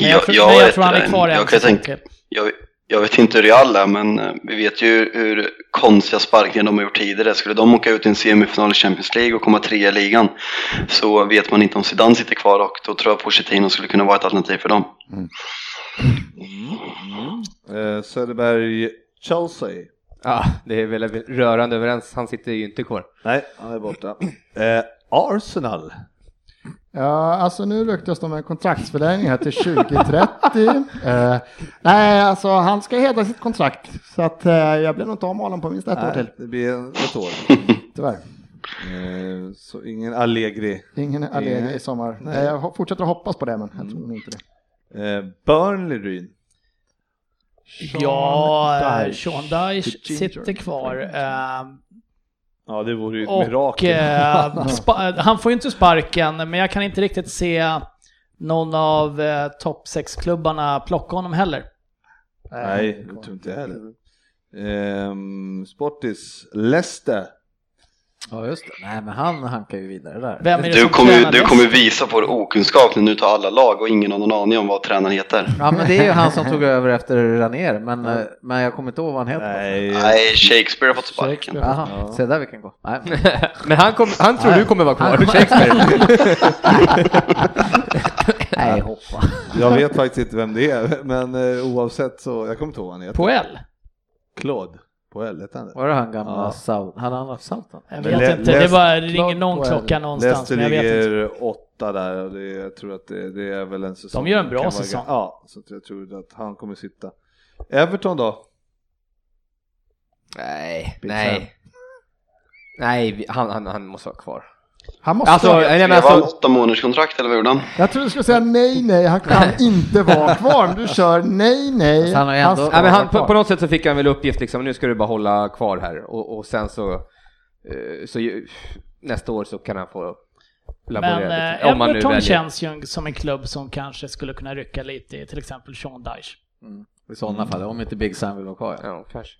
Men jag, Jag- tror- jag men jag vet tror han är det. kvar Jag än. kan tänka- Jag, jag vet inte hur Real är, men eh, vi vet ju hur konstiga sparkningar de har gjort tidigare. Skulle de åka ut i en semifinal i Champions League och komma trea i ligan så vet man inte om Zidane sitter kvar och då tror jag Pochettino skulle kunna vara ett alternativ för dem. Eh, Söderberg? Chelsea? Ja, det är väl rörande överens. Han sitter ju inte kvar. Nej, han är borta. Eh, Arsenal? Ja, alltså nu ryktas det om en kontraktsförlängning här till 2030. eh, nej, alltså han ska hedra sitt kontrakt. Så att eh, jag blir nog inte av med honom på minst ett år till. Nej, det blir en- ett år. Tyvärr. Eh, så ingen Allegri. Ingen Allegri i sommar. Nej. Jag ho- fortsätter att hoppas på det, men jag tror nog inte det. Eh, Burnley Ryn? Ja, Sean eh, Dyche. Sean Dyche Ginger. sitter kvar. eh, Ja, det vore ju ett Och mirakel. eh, spa- han får ju inte sparken, men jag kan inte riktigt se någon av eh, topp 6-klubbarna plocka honom heller. Nej, det tror inte jag heller. Ehm, Sportis, Leicester. Ja, just det. Nej, men han hankar ju vidare där. Vem är det Du som kommer, ju- tränar du bäst? kommer visa på vår okunskap när du tar alla lag och ingen har någon aning om vad tränaren heter. Ja, men det är ju han som tog över efter Ranier, men, eh, men jag kommer inte ihåg vad han heter. Nej, Nej, Shakespeare har fått sparken. Jaha, se där vi kan gå. Nej, men- Men han, kom, han tror du kommer vara kvar. Shakespeare. nej hoppa. jag vet faktiskt inte vem det är, men eh, oavsett så, jag kommer inte ihåg vad han heter. Poel? Claude Poel hette han det? Var det han gamla Ja. South? Hade han haft Southampton? Jag Men vet Lä- inte, det Leicester- bara ringer någon Poel. klocka någonstans, Leicester men jag vet inte. ligger åtta där och det, jag tror att det, det är väl en säsong. De gör en bra Kan vara- säsong. Ja, så att jag tror att han kommer sitta. Everton då? nej, nej. Nej, vi- han, han, han måste vara kvar. Han måste... Alltså, nej, men Det var en alltså, åtta månaders kontrakt eller vad gjorde han? Jag trodde du skulle säga nej, nej, han kan inte vara kvar. Men du kör nej, nej. Fast han har ju ändå- ska nej, men vara han, på, kvar. på något sätt så fick han väl uppgift liksom, nu ska du bara hålla kvar här och, och sen så, eh, så ju, nästa år så kan han få laborera Men lite, eh, om han nu Everton väljer. känns ju som en klubb som kanske skulle kunna rycka lite i till exempel Sean Dyche. I sådana fall, om inte Big Sam vill vara kvar. Ja. Ja, kanske.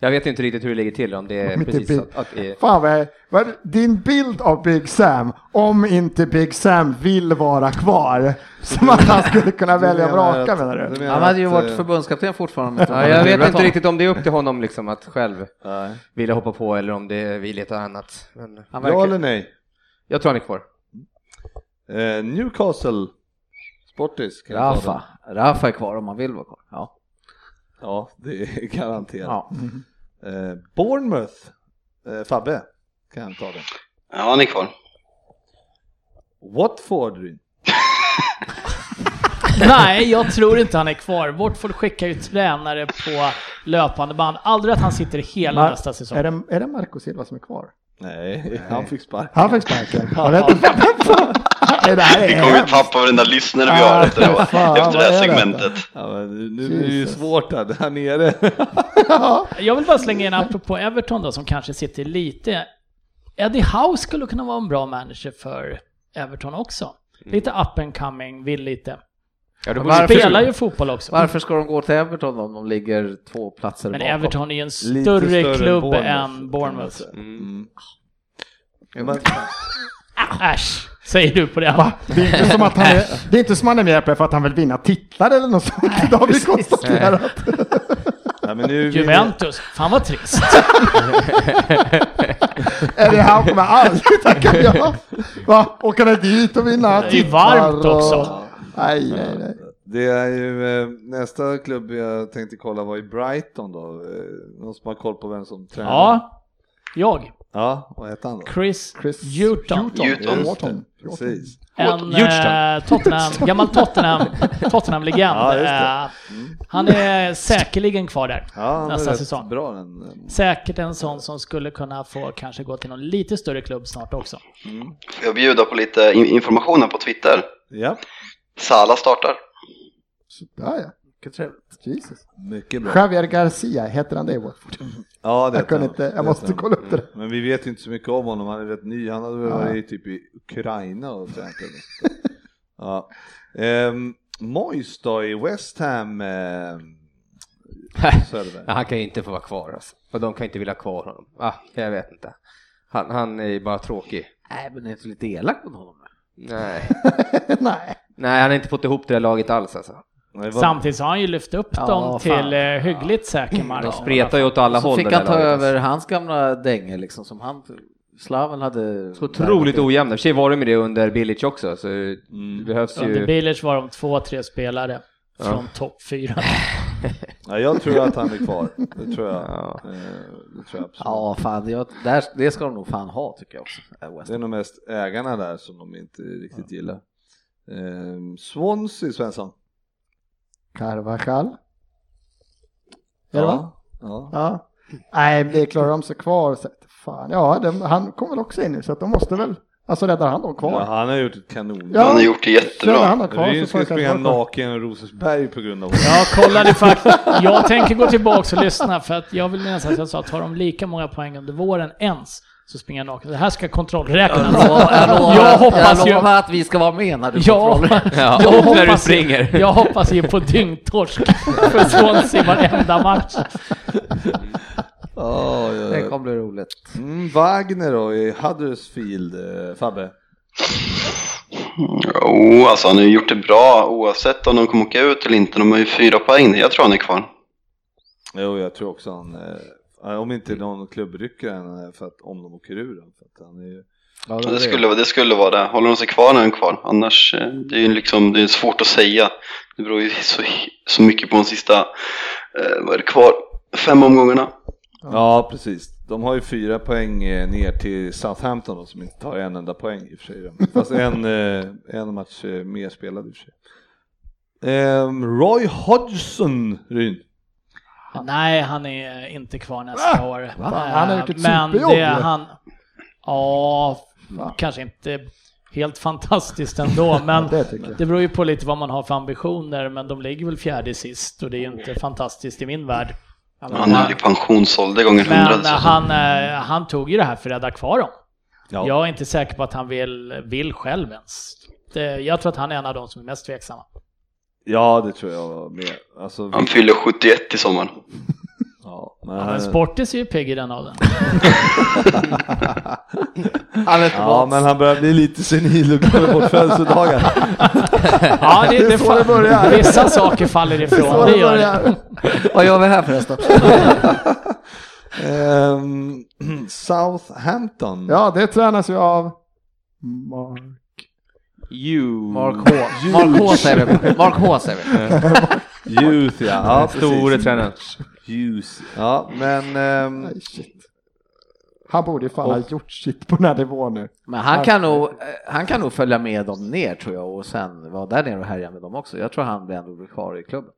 Jag vet inte riktigt hur det ligger till om det är Om inte precis Bill- att, att det är... Fan vad, jag- vad din bild av Big Sam, om inte Big Sam vill vara kvar, som att han skulle kunna välja och vraka menar du du? Han hade ju att, varit eh, förbundskapten fortfarande. Ja, jag vet inte riktigt om det är upp till honom liksom att själv nej. vilja hoppa på eller om det vi letar annat. Men Han Ja verkar... eller nej? jag tror han är kvar. Eh, Newcastle. Sportis. kan jag ta Rafa. Rafa är kvar om han vill vara kvar. Ja. den. Ja, det är garanterat. Ja. Eh, Bournemouth. Eh, Fabbe, kan han ta den? Ja, han är kvar. Watford Ryn. Nej, jag tror inte han är kvar. Watford skickar ju tränare på löpande band. Aldrig att han sitter hela Ma- nästa säsong. Är det, är det Marco Silva som är kvar? Nej, han fick spark. Han fick sparken. Var det inte- Nej, det här är Vi kommer ju hemskt. tappa varenda lyssnare vi har Ah, efter det, fan, efter det vad är det? här segmentet. Ja, men nu- nu är det ju Jesus. svårt där, där nere. Jag vill bara slänga in apropå Everton då, som kanske sitter lite... Eddie Howe skulle kunna Mm. vara en bra manager för Everton också. Lite up and coming, vill lite. Ja, då Varför- borde De spelar ju fotboll också. Varför ska de gå till Everton om de ligger två platser Men bakom? Everton är ju en Lite större, större än klubb Bournemouth, än Bournemouth. mm. Men, Äsch, säger du på det. Va? Det är, inte som att han är, det är inte som att han är med på det för att han vill vinna titlar eller något sånt. Det har vi konstaterat. nej, men nu Juventus, fan vad trist. Eller han kommer aldrig tacka ja. Va? Åka där dit och vinna Det är ju titlar. varmt och- också. Nej, nej, nej. Det är ju eh, nästa klubb jag tänkte kolla var i Brighton då. Eh, Någon som har koll på vem som tränar? Ja, jag, Ja, vad heter han då? Chris, Chris Hewton. Hewton. Just det, Morton. Precis. En Hewton. eh, Tottenham, gammal Tottenham, Tottenham-legend. Ja, just det. Eh, han är säkerligen kvar där. Ja, han Nästa är rätt säsong. bra den. Säkert en sån som skulle kunna få kanske gå till någon lite större klubb snart också. Får jag bjuda på lite in- information här på Twitter? Ja, Sala startar. Sådär ja. Vilket trevligt. Jesus. mycket bra. Javier Garcia, heter han det i Watford? Ja, det Jag kunde heter han. inte, Det jag måste heter han. kolla upp det där. Men vi vet inte så mycket om honom, han är rätt ny. Han hade väl Ja. varit typ i Ukraina och sånt. där. ja. um, Moyes då i West Ham. ehm, Söderberg. Ja, han kan ju inte få vara kvar alltså. Och de kan inte vilja ha kvar honom. Ah, jag vet inte. Han, han är ju bara tråkig. Nej, men är inte lite elak mot honom? Nej. Nej. Nej, han har inte fått ihop det där laget alls alltså. Nej, det var- Samtidigt så har han ju lyft upp Ja, dem fan. till eh, hyggligt säker mark. De spretar ju åt alltså- alla så håll fick det han där ta laget, över alltså. hans gamla dänge liksom som han, Slaven hade. Så otroligt ojämna. I och för sig var de med det under Bilic också, så det mm. behövs Under ju... Bilic var de två, tre spelare från topp fyra. Ja, jag tror att han är kvar. Det tror jag. Ja. Eh, Det tror jag absolut. Ja, fan, det, där, det ska de nog fan ha tycker jag också. äh, West Det är nog mest ägarna där som de inte riktigt gillar. Ehm, Swansea Svensson. Carvajal. Är det va? ja. Ja. Nej, men det klarar de sig kvar. Så att, fan, ja, de, han kommer väl också in nu så att de måste väl, alltså räddar han dem ja, kvar? han har gjort ett kanon. Ja, Han har gjort det Räddar han jättebra. dem kvar Ryn så får ska jag springa kanske vara kvar. naken i Rosersberg på grund av honom. Jag kollade faktiskt. Jag tänker gå tillbaka och lyssna för att jag vill minnas att jag sa att tar de lika många poäng under våren ens så springer jag naken. Det här ska kontrollräknas. Jag lovar- jag lovar- Jag hoppas jag ju... lovar att vi ska vara med när du Ja, kontrollerar. Ja, jag, när du hoppas ju, springer. jag hoppas ju på dyngtorsk för Swansea varenda match. Oh, Det kommer bli roligt. Mm, Wagner då i Huddersfield, eh, Fabbe. Jo, alltså han har ju gjort det bra oavsett om de kommer åka ut eller inte. De har ju fyra poäng. Jag tror han är kvar. Jo, jag tror också han, eh, om inte någon klubb rycker han eh, för att om de åker ur den, för att han är ju... Det skulle, det skulle vara det. Håller de sig kvar när han är kvar. Annars, eh, det är ju liksom, det är svårt att säga. Det beror ju så, så mycket på de sista, eh, vad är det kvar? Fem omgångarna. Ja, precis. De har ju fyra poäng eh, ner till Southampton då, som inte tar en enda poäng i och för sig. då. Fast en, eh, en match eh, mer spelad i och för sig. Ehm, Roy Hodgson, Ryn. Nej, han är inte kvar nästa år. Eh, Han har gjort ett Men superjobb det ju. han... Ja, Va? kanske inte helt fantastiskt ändå, men Det tycker jag. det beror ju på lite vad man har för ambitioner. Men de ligger väl fjärde sist och det är ju inte fantastiskt i min värld. Han är ju pensionsålder gånger Men hundra. så- han, eh, han tog ju det här för att rädda kvar dem. Ja. Jag är inte säker på att han vill, vill själv ens. Det, jag tror att han är en av de som är mest tveksamma. Ja, det tror jag med. Alltså, Han vi, fyller 71 i sommar. ja, Men Sportis är ju pigg i den åldern. Han är ja, men han börjar bli lite senil och glömmer bort födelsedagar. Ja, det, det, det, fa- Vissa saker faller ifrån, det gör det. Vad gör vi här förresten? Ehm, Southampton. Ja, det tränas ju av Mark, You. Mark H. Mark H säger vi. Mark H säger vi. Youth ja. ja precis. Store tränaren. Youth. Ja, men ehm, nej shit. Han borde ju fan ha gjort shit på den här nivån nu. Men han kan, nog, eh, han kan nog följa med dem ner tror jag och sen vara där nere och härja med dem också. Jag tror han blir ändå blir kvar i klubben.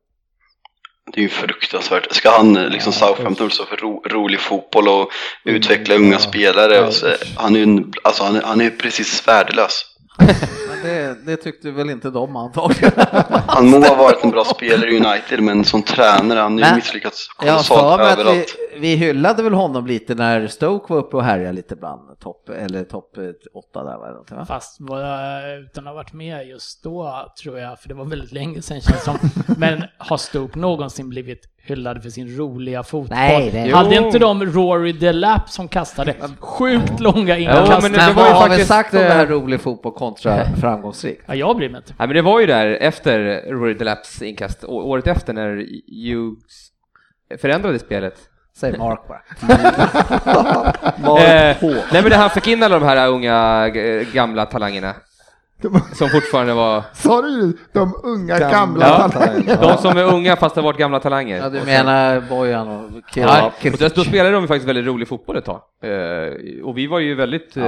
Det är ju fruktansvärt. Ska han eh, liksom Southampton stå för ro, rolig fotboll och alltså, utveckla unga spelare? Och så, han är ju en, alltså han är, han är precis värdelös. Det, det tyckte väl inte de antagligen. Han må ha varit en bra spelare i United, men som tränare, han har Men- ju misslyckats Jag sa kolossalt mig att vi, överallt. vi hyllade väl honom lite när Stoke var uppe och härjade lite bland topp, eller topp 8 där var det någonting, va? Fast vad jag, utan att ha varit med just då tror jag, för det var väldigt länge sedan känns det som. Men har Stoke någonsin blivit hyllad för sin roliga fotboll? Nej, det- Hade Jo. inte de Rory Delap som kastade sjukt långa Jo, inkast? Men men det var vad ju har vi faktiskt, sagt om eh, det här rolig fotboll kontra framgångsrikt? Ja, jag bryr mig inte. Nej, men det var ju där efter Rory Delaps inkast, å- året efter när Hughes förändrade spelet. Säg Mark bara. Eh, nej men det han fick in alla de här unga g- gamla talangerna. Som fortfarande var... Sa du ju de unga gamla? Gamla talanger. De som är unga fast har varit gamla talanger. Ja, du menar Bojan och Ja, Kira? och då, då spelade de ju faktiskt väldigt rolig fotboll ett tag. Eh, och vi var ju väldigt eh,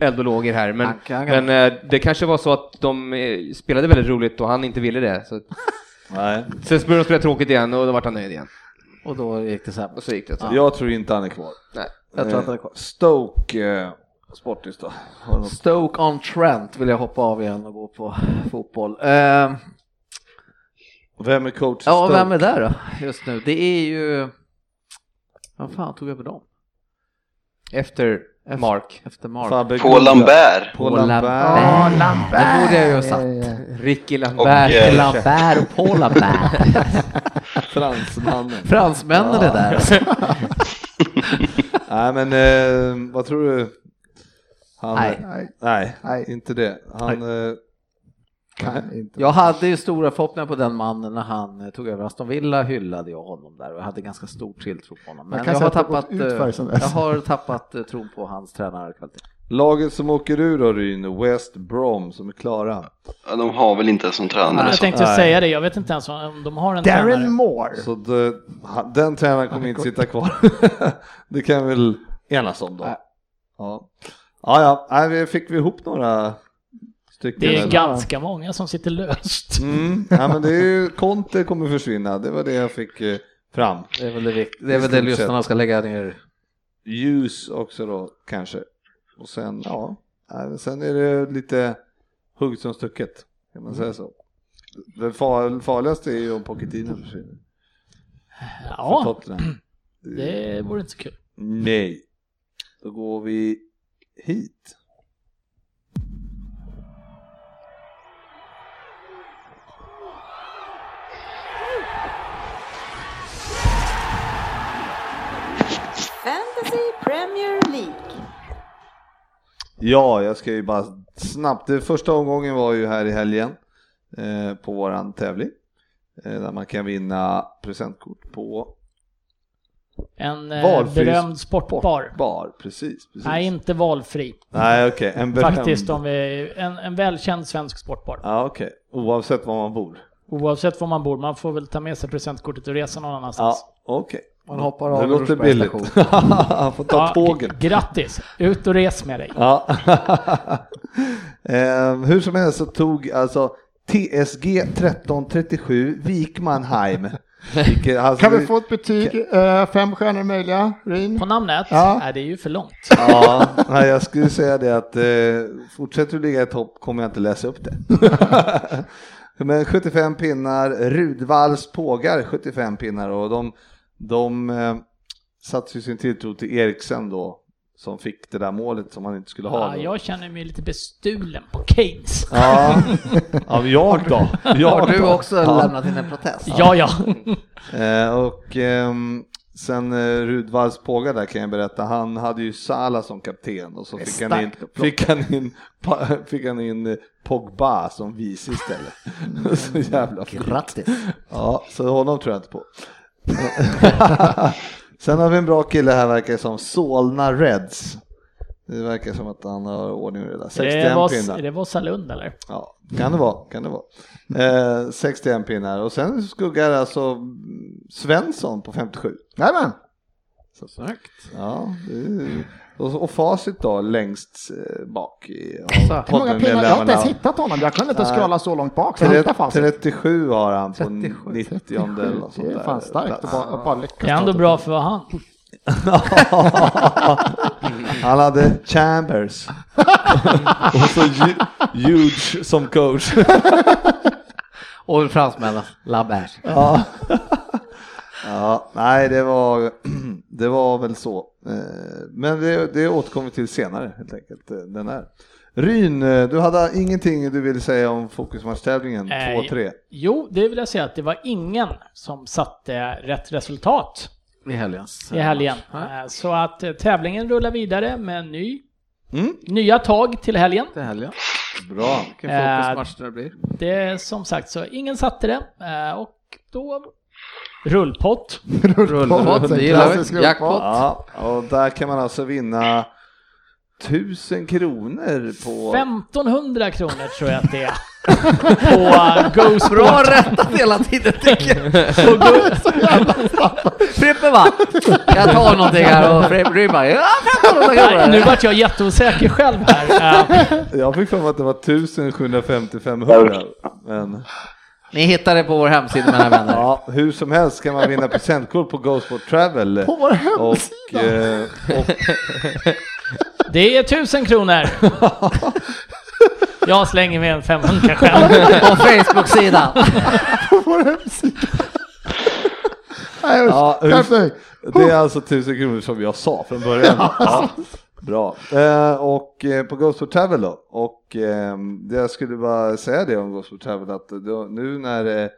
eld och lågor här. Men, Anka, anka. men eh, det kanske var så att de eh, spelade väldigt roligt och han inte ville det. Så. Nej. Sen började de spela tråkigt igen och då vart han nöjd igen. Och då gick det sämre. Och så gick det. Så. Jag tror inte han är kvar. Nej. Jag tror att det är kvar. Stoke eh, Sportis då. Har de- Stoke on Trent vill jag hoppa av igen och gå på fotboll. Eh, Vem är coach i ja, och Stoke? vem är där då just nu? Det är ju... Vad fan tog jag på dem? Efter Mark. Efter Mark. Fabbe Paul Gugge. Lambert. Paul Paul Lambert. Lambert. Ja, Lambert. Det borde jag ju ha satt. Ricky Och, Lambert. Bär, eh, Lambert och Paul Lambert. Fransmannen. Fransmännen är där. Nej men eh, vad tror du? Han, Nej. Nej, Nej, Nej. inte det. Han, eh, kan inte. Jag hade ju stora förhoppningar på den mannen när han eh, tog över Aston Villa hyllade jag honom där och jag hade ganska stor tilltro på honom. Men kan jag säga har, att det har tappat, gått utför sedan eh, dess. jag har tappat eh, tron på hans tränarkvalitet. laget som åker ur då Ryn, West Brom som är klara. Ja, de har väl inte som tränare Jag så. tänkte Nej. säga det, jag vet inte ens om de har en tränare. Darren Moore. Så det, han- den tränaren kommer inte sitta kvar. det kan vi väl enas om då. Nej. Ja, ja, ja. Nej, vi fick vi ihop några stycken? Det är eller? ganska många som sitter löst. Mm, ja, men det är ju, Conte kommer försvinna, det var det jag fick eh, fram. Det är väl det, vikt- det, är väl I det stort lyssnarna ska lägga ner. Ljus också då kanske. Och sen, ja, nej, men sen är det lite hugg som stucket, kan man säga så. Det far, farligaste är ju om Pochettino försvinner för Ja, Tottenham. det vore inte så kul. Nej. Då går vi hit. Fantasy Premier League. Ja, jag ska ju bara snabbt. Det första omgången var ju här i helgen eh, på våran tävling. Eh, där man kan vinna presentkort på En eh, Valfri berömd sportbar. Bar, precis. precis. Nej, inte valfri. Nej, okej. En berömd. Faktiskt, om vi, en, en välkänd svensk sportbar. Ja, okej. Oavsett var man bor. Oavsett var man bor, man får väl ta med sig presentkortet och resa någon Ja, annanstans. okej. Man hoppar Det av låter Rosbergs billigt. station. Han får ta Ja, tåget. g- Grattis! Ut och res med dig. Ja. Ehm, hur som helst så tog alltså TSG 1337 Vikmanheim. Vilket, alltså, Kan vi få ett betyg? Eh, fem stjärnor möjliga, Rin? På namnet? Ja. Nej, det är ju för långt. Ja, nej, jag skulle säga det att eh, fortsätter du ligga i topp kommer jag inte läsa upp det. Men 75 pinnar, Rudvalls pågar 75 pinnar och de, de eh, satte ju sin tilltro till Eriksen då som fick det där målet som han inte skulle ha. Ja, då. jag känner mig lite bestulen på Keynes. Ja, ja men jag då? Jag Har du då? också Ja. lämnat in en protest? Ja, ja. Eh, och ehm, sen eh, Rudvalls påga där kan jag berätta, han hade ju Sala som kapten och så fick han, in, fick, han in, pa, fick han in eh, Pogba som vice istället. Mm. så jävla fint. Grattis. Ja, så honom tror jag inte på. sen har vi en bra kille här verkar det som, Solna Reds. Det verkar som att han har ordning och reda. 61 Det var, pinnar. det var Salund eller? Ja, kan det vara. Kan det vara. Eh, 61 pinnar och sen skuggar alltså Svensson på 57. Jajamän. Så snyggt. Ja, det är... och, och facit då längst eh, bak i av Alltså, Hur många pinnar? Jag har inte ens hittat honom. Jag kunde inte Nej. scrolla så långt bak. Så jag hittade Tre- fan inte. 37 har han på 37. 90 eller något sånt Det där. är fan starkt att bara, att bara lyckas. Det är ändå bra för att vara han. Han hade chambers. Och så hu- huge som coach. Och fransmännen, Lambert. Ja. ja, nej det var, det var väl så. Eh, Men det, det återkommer vi till senare helt enkelt. eh, Den här. Ryn, eh, du hade ingenting du ville säga om fokusmatchtävlingen Nej. 2-3. Jo, det vill jag säga att det var ingen som satte rätt resultat I helgens. i helgen. Ja, Eh, Så att eh, tävlingen rullar vidare med ny, Mm. nya tag till helgen. Till helgen. Bra. Vilken fokusmatch det blir. Det är som sagt så, ingen satte det. eh, Och då... Rullpott. Rullpott, det gillar Klassisk vi. rullpott. Jackpot. Ja, och där kan man alltså vinna 1000 kronor på... 1500 kronor tror jag att det är. På eh, Ghost Bra rättat hela tiden tycker jag. Frippe va? Jag tar någonting här och Frippe Ryn bara ja, 1500 Nej, nu kronor. vart jag jätteosäker själv här. Eh, Jag fick för mig att det var 1750 500. Men Ni hittar det på vår hemsida mina vänner. ja, hur som helst kan man vinna presentkort på Ghostport Travel. På vår hemsida! Och, eh, och Det är 1000 kronor. Jag slänger med en 500 själv. På Facebook-sidan. På vår hemsida! Nej, Ja, ja, hur- det är alltså 1000 kronor som jag sa från början. Ja, bra. Eh, och eh, på Ghostport Travel då. Och eh, det jag skulle bara säga det om Ghostport Travel att då, nu när eh,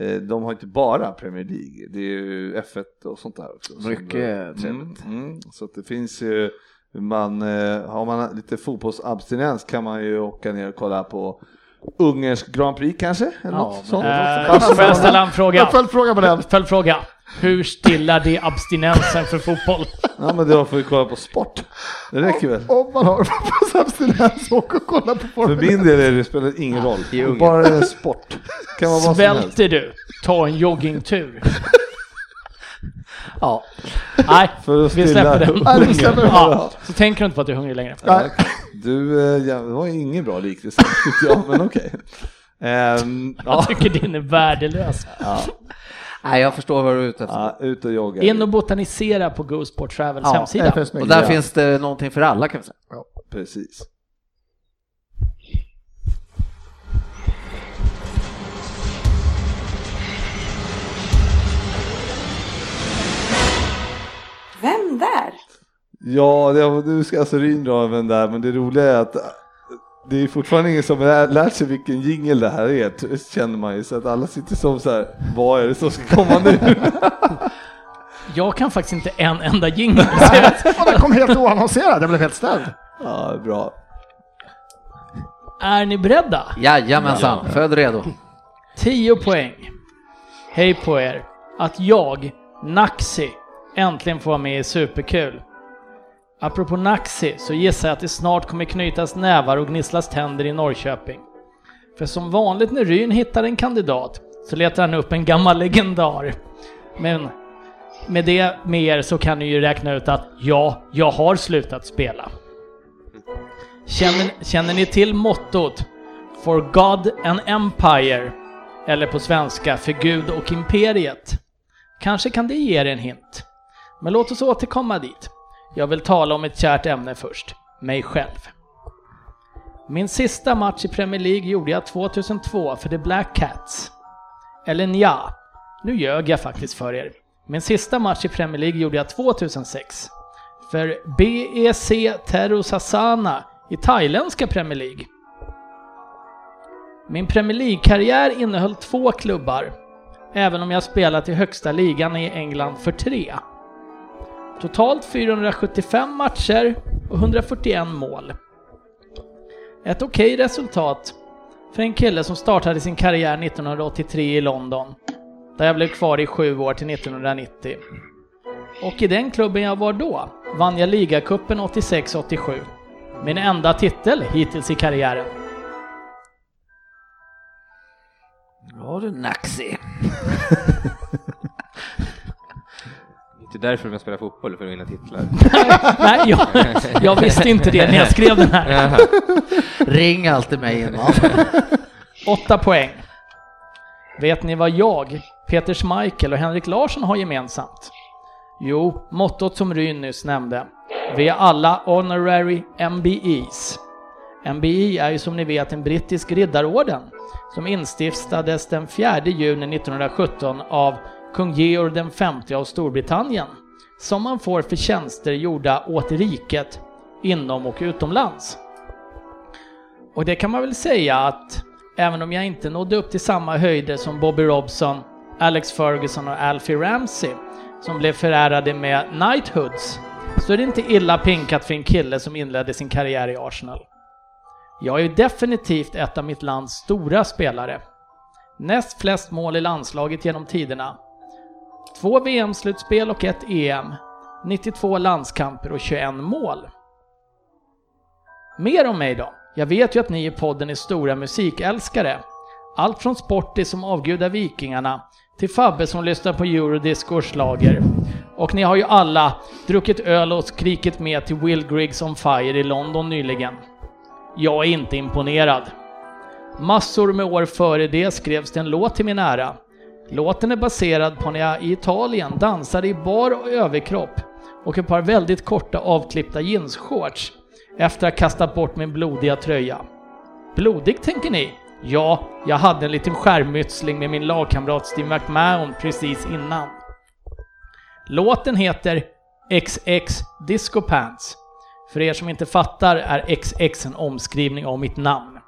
eh, de har inte bara Premier League, det är ju F1 och sånt där också. som- Mycket trevligt. Mm, mm, så att det finns ju, man, eh, har man lite fotbollsabstinens kan man ju åka ner och kolla på Ungerns Grand Prix kanske? Eller Ja, något men- sånt. Eh, Får jag ställa en fråga? Jag följdfråga på den. Följdfråga. Hur stillar det abstinensen för fotboll? Ja men då får vi kolla på sport. Det räcker väl? Om man har fotbollsabstinens, åk och kolla på För Formel 1. min del är det spelar ingen roll. I Ungern. Bara det är sport. Kan vara vad som helst. Svälter du? Ta en joggingtur. Ja. Nej, För att vi släpper stilla den. Nej, vi släpper den. Ja, så tänker du inte på att du är hungrig längre. Nej. Du, eh, ja, det var ingen bra liknelse tyckte jag, men okej. Ehm, ja, Jag tycker din är värdelös. Nej, jag förstår vad du är ute efter. ja, ut och jogga. In och botanisera på Ghostport Travels Ja, hemsida. FS Och där Ja. finns det någonting för alla kan vi säga. Precis. Vem där? Ja, det, nu ska alltså Ryn dra även där, men det roliga är att eh, det är fortfarande ingen som har lärt sig vilken jingel det här är, t- känner man ju. Så att alla sitter som så här, vad är det som ska komma nu? Jag kan faktiskt inte en enda jingle. så jag- Ja, den kom helt oannonserad, jag blev helt ställd. Ja, bra. Är ni beredda? Jajamensan, född redo. 10 poäng. Hej på er. Att jag, Naxi, äntligen får vara med är superkul. Apropå Naxi så gissar jag att det snart kommer knytas nävar och gnisslas tänder i Norrköping. För som vanligt när Ryn hittar en kandidat så letar han upp en gammal legendar. Men med det med er så kan ni ju räkna ut att ja, jag har slutat spela. Känner, känner ni till mottot For God and Empire? Eller på svenska, För Gud och Imperiet? Kanske kan det ge er en hint. Men låt oss återkomma dit. Jag vill tala om ett kärt ämne först, mig själv. Min sista match i Premier League gjorde jag 2002 för The Black Cats. Eller nja, nu ljög jag faktiskt för er. Min sista match i Premier League gjorde jag 2006. För BEC Terusasana i thailändska Premier League. Min Premier League-karriär innehöll två klubbar, även om jag spelat i högsta ligan i England för tre. Totalt 475 matcher och 141 mål. Ett okej resultat för en kille som startade sin karriär 1983 i London, där jag blev kvar i sju år till 1990. Och i den klubben jag var då vann jag ligacupen 86-87. Min enda titel hittills i karriären. Ja du Naxi. Inte därför man spelar fotboll, för att vinna titlar. Nej, jag, jag visste inte det när jag skrev den här. Ring alltid mig innan. Åtta poäng. Vet ni vad jag, Peter Schmeichel och Henrik Larsson har gemensamt? Jo, mottot som Ryn nyss nämnde. Vi är alla honorary MBEs. MBE E är ju som ni vet en brittisk riddarorden som instiftades den 4 juni 1917 av kung Georg den femte av Storbritannien som man får för tjänster gjorda åt riket inom och utomlands. Och det kan man väl säga att även om jag inte nådde upp till samma höjder som Bobby Robson, Alex Ferguson och Alfie Ramsey som blev förärade med Knighthoods så är det inte illa pinkat för en kille som inledde sin karriär i Arsenal. Jag är ju definitivt ett av mitt lands stora spelare. Näst flest mål i landslaget genom tiderna. Två VM-slutspel och ett EM. 92 landskamper och 21 mål. Mer om mig då. Jag vet ju att ni i podden är stora musikälskare. Allt från Sportis som avgudar Vikingarna till Fabbe som lyssnar på eurodisco och schlager. Och ni har ju alla druckit öl och skrikit med till Will Griggs on Fire i London nyligen. Jag är inte imponerad. Massor med år före det skrevs det en låt till min ära. Låten är baserad på när jag i Italien dansade i bar och överkropp och ett par väldigt korta avklippta jeansshorts efter att ha kastat bort min blodiga tröja. Blodig tänker ni? Ja, jag hade en liten skärmytsling med min lagkamrat Steve McMahon precis innan. Låten heter XX Disco Pants. För er som inte fattar är XX en omskrivning av mitt namn.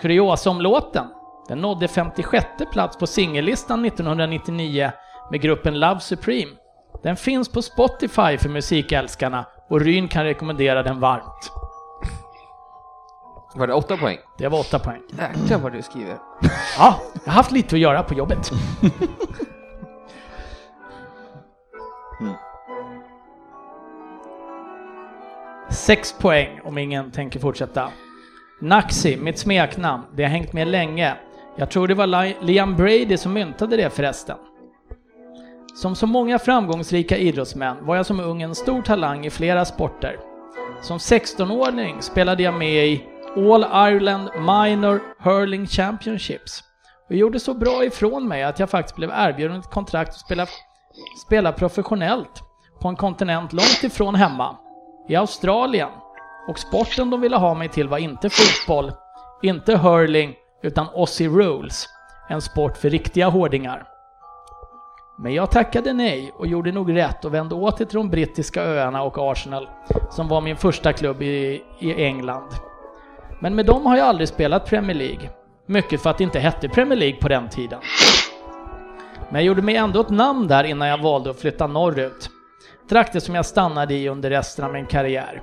Kuriosa om låten. Den nådde 56 plats på singellistan 1999 med gruppen Love Supreme. Den finns på Spotify för musikälskarna och Ryn kan rekommendera den varmt. Var det åtta poäng? Det var åtta poäng. Jäklar vad du skriver. Ja, jag har haft lite att göra på jobbet. Sex poäng om ingen tänker fortsätta. Naxi, mitt smeknamn, det har hängt med länge. Jag tror det var Li- Liam Brady som myntade det förresten. Som så många framgångsrika idrottsmän var jag som ung en stor talang i flera sporter. Som 16-åring spelade jag med i All Ireland Minor Hurling Championships och gjorde så bra ifrån mig att jag faktiskt blev erbjuden ett kontrakt att spela, spela professionellt på en kontinent långt ifrån hemma, i Australien. Och sporten de ville ha mig till var inte fotboll, inte hurling, utan Aussie Rules, en sport för riktiga hårdingar. Men jag tackade nej och gjorde nog rätt och vände åter till de brittiska öarna och Arsenal, som var min första klubb i, i England. Men med dem har jag aldrig spelat Premier League. Mycket för att det inte hette Premier League på den tiden. Men jag gjorde mig ändå ett namn där innan jag valde att flytta norrut. Trakter som jag stannade i under resten av min karriär.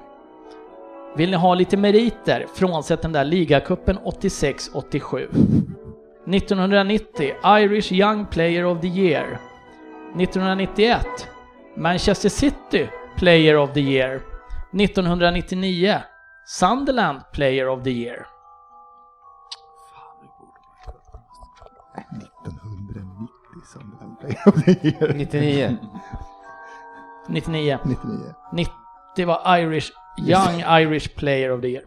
Vill ni ha lite meriter, frånsett den där ligacupen 86-87? 1990, Irish Young Player of the Year. 1991, Manchester City Player of the Year. 1999, Sunderland Player of the Year. 1990 som den blev 99. 99. 99. 90 var Irish, Young Irish Player of the Year.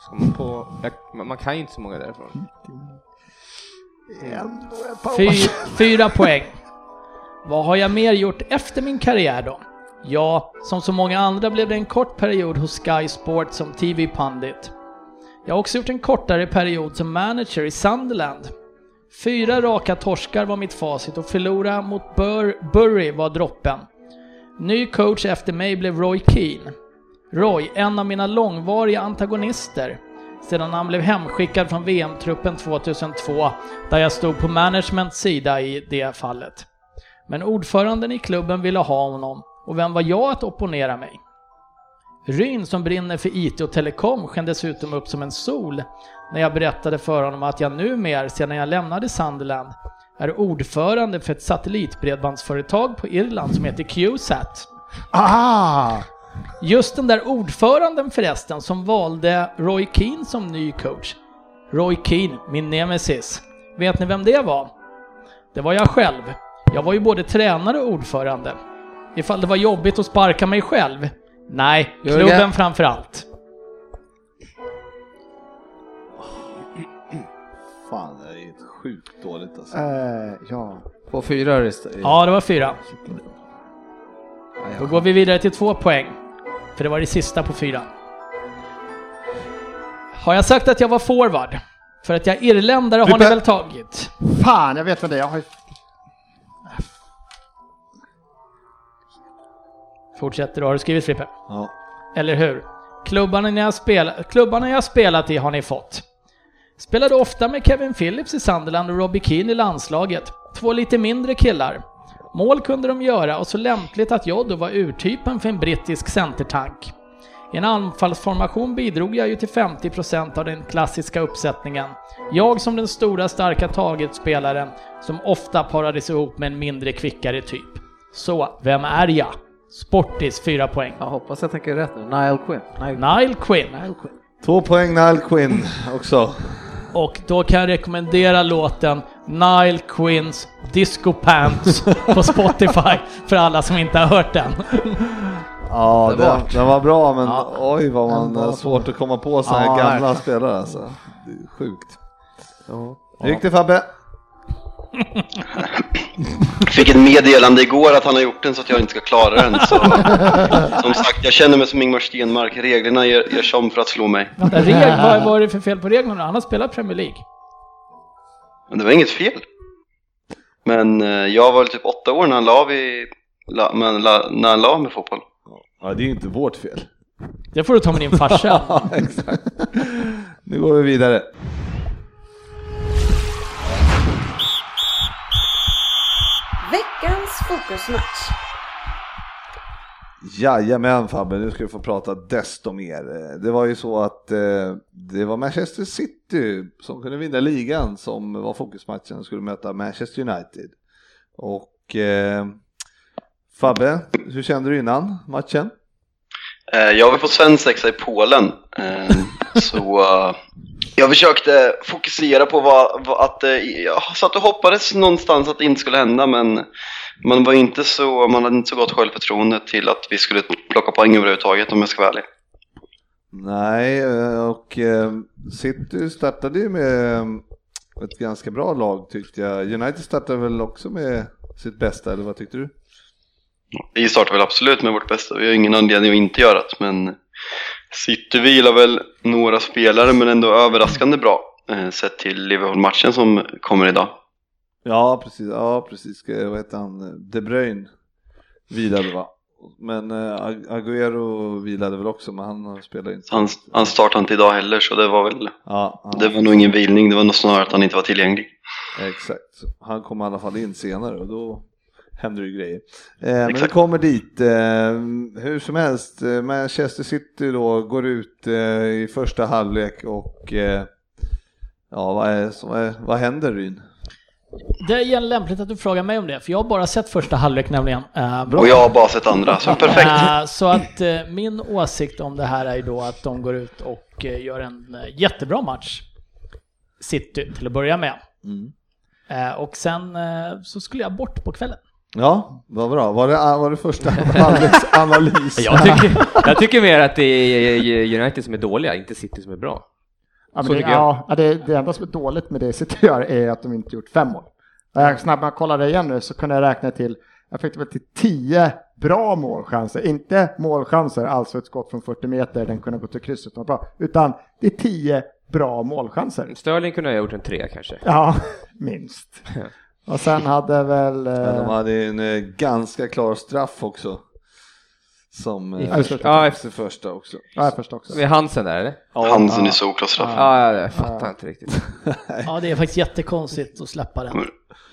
Ska man, på, jag, man man kan ju inte så många därifrån. Ändå ett par år. Fy, fyra poäng. Vad har jag mer gjort efter min karriär då? Ja, som så många andra blev det en kort period hos Sky Sport som TV-pandit. Jag har också gjort en kortare period som manager i Sunderland. Fyra raka torskar var mitt facit och förlora mot Bur- Bury var droppen. Ny coach efter mig blev Roy Keane. Roy, en av mina långvariga antagonister, sedan han blev hemskickad från VM-truppen 2002, där jag stod på managements sida i det fallet. Men ordföranden i klubben ville ha honom, och vem var jag att opponera mig? Ryn som brinner för IT och telekom sken dessutom upp som en sol när jag berättade för honom att jag numera, sedan jag lämnade Sunderland, är ordförande för ett satellitbredbandsföretag på Irland som heter QSat. Ah! Just den där ordföranden förresten som valde Roy Keane som ny coach. Roy Keane, min nemesis. Vet ni vem det var? Det var jag själv. Jag var ju både tränare och ordförande. Ifall det var jobbigt att sparka mig själv? Nej, Jörgen. klubben framför allt. Fan, det är ett sjukt dåligt alltså. Eh, ja. På fyra är det- Ja, det var fyra. Då går vi vidare till två poäng. För det var det sista på fyra. Har jag sagt att jag var forward? För att jag är irländare har ni Frippe. väl tagit? Fan, jag vet vad det är. Jag har ju... Fortsätter du, har du skrivit Frippe? Ja. Eller hur? Klubbarna, ni har spelat, klubbarna jag har spelat i har ni fått. Spelade ofta med Kevin Phillips i Sunderland och Robbie Keane i landslaget. Två lite mindre killar. Mål kunde de göra och så lämpligt att jag då var urtypen för en brittisk centertank. I en anfallsformation bidrog jag ju till 50% av den klassiska uppsättningen. Jag som den stora starka targetspelaren som ofta parades ihop med en mindre kvickare typ. Så, vem är jag? Sportis, 4 poäng. Jag hoppas jag tänker rätt nu. Nile Quinn. Nile Nile Quinn. Två poäng Nile Quinn också. Och då kan jag rekommendera låten Nile Quinns Disco Pants på Spotify för alla som inte har hört den. Ja, Det var- den, den var bra men Ja. oj vad man Den var har svårt att komma på sådana Ja, här gamla verkligen. spelare alltså. Det är sjukt. Hur gick det Fabbe? Fick ett meddelande igår att han har gjort den så att jag inte ska klara den. Så, som sagt, jag känner mig som Ingmar Stenmark. Reglerna gör- görs om för att slå mig. Vänta, reg, vad var det för fel på reglerna? Han har spelat Premier League. Men det var inget fel. Men eh, jag var väl typ åtta år när han la av, i, la, men, la, när han la av med fotboll. Ja, det är ju inte vårt fel. Det får du ta med din farsa. Ja, exakt. Nu går vi vidare. Veckans fokusmatch. Jajamän Fabbe, nu ska vi få prata desto mer. Eh, Det var ju så att eh, det var Manchester City som kunde vinna ligan som var fokusmatchen skulle möta Manchester United. Och eh, Fabbe, hur kände du innan matchen? Eh, Jag var på svensexa i Polen. eh, Så eh, jag försökte fokusera på vad, vad att eh, jag satt och hoppades någonstans att det inte skulle hända men man var inte så, man hade inte så gott självförtroende till att vi skulle plocka poäng överhuvudtaget om jag ska vara ärlig. Nej, eh, och eh, City startade ju med eh, ett ganska bra lag tyckte jag. United startade väl också med sitt bästa, eller vad tyckte du? Vi startar väl absolut med vårt bästa, vi har ingen anledning att inte göra det men City vilar väl några spelare men ändå överraskande bra eh, sett till Liverpool-matchen som kommer idag. Ja, precis. Ja, precis. Ska- Vad heter han? De Bruyne vilade va? Men eh, Ag- Agüero vilade väl också, men han spelar inte. Han, han startade inte idag heller så det var väl Ja, ja, Det var nog ingen vilning, det var nog snarare att han inte var tillgänglig. exakt. Han kom i alla fall in senare och då händer det ju grejer. Eh, men vi Exakt. kommer dit. Eh, hur som helst, eh, Manchester City då går ut eh, i första halvlek och eh, ja, vad, är, som är, vad händer Ryn? Det är igen lämpligt att du frågar mig om det, för jag har bara sett första halvlek nämligen. Eh, Och jag har bara sett andra, så perfekt. Eh, Så att eh, min åsikt om det här är ju då att de går ut och eh, gör en eh, jättebra match. City till att börja med. Mm. Eh, Och sen eh, så skulle jag bort på kvällen. Ja, vad bra. Var det, var det första halvleks analys? Jag tycker, jag tycker mer att det är United som är dåliga, inte City som är bra. Ja, men Så det, tycker jag. ja, ja, det, det enda som är dåligt med det City gör är att de inte gjort fem mål. När jag snabbt när jag kollade igen nu så kunde jag räkna till, jag fick väl till tio bra målchanser. Inte målchanser, alltså ett skott från 40 meter, den kunde gå till krysset, var bra. Utan det är tio bra målchanser. Sterling kunde ha gjort en trea kanske. Ja, minst. Och sen hade väl... eh, Men de hade ju en eh, ganska klar straff också. Som eh, första. Ja, efter- efter första också. Ja, jag förstår också. med Hansen där eller? Hansen är solklar straff. Ja, jag fattar inte riktigt. Ja, det är faktiskt jättekonstigt att släppa den.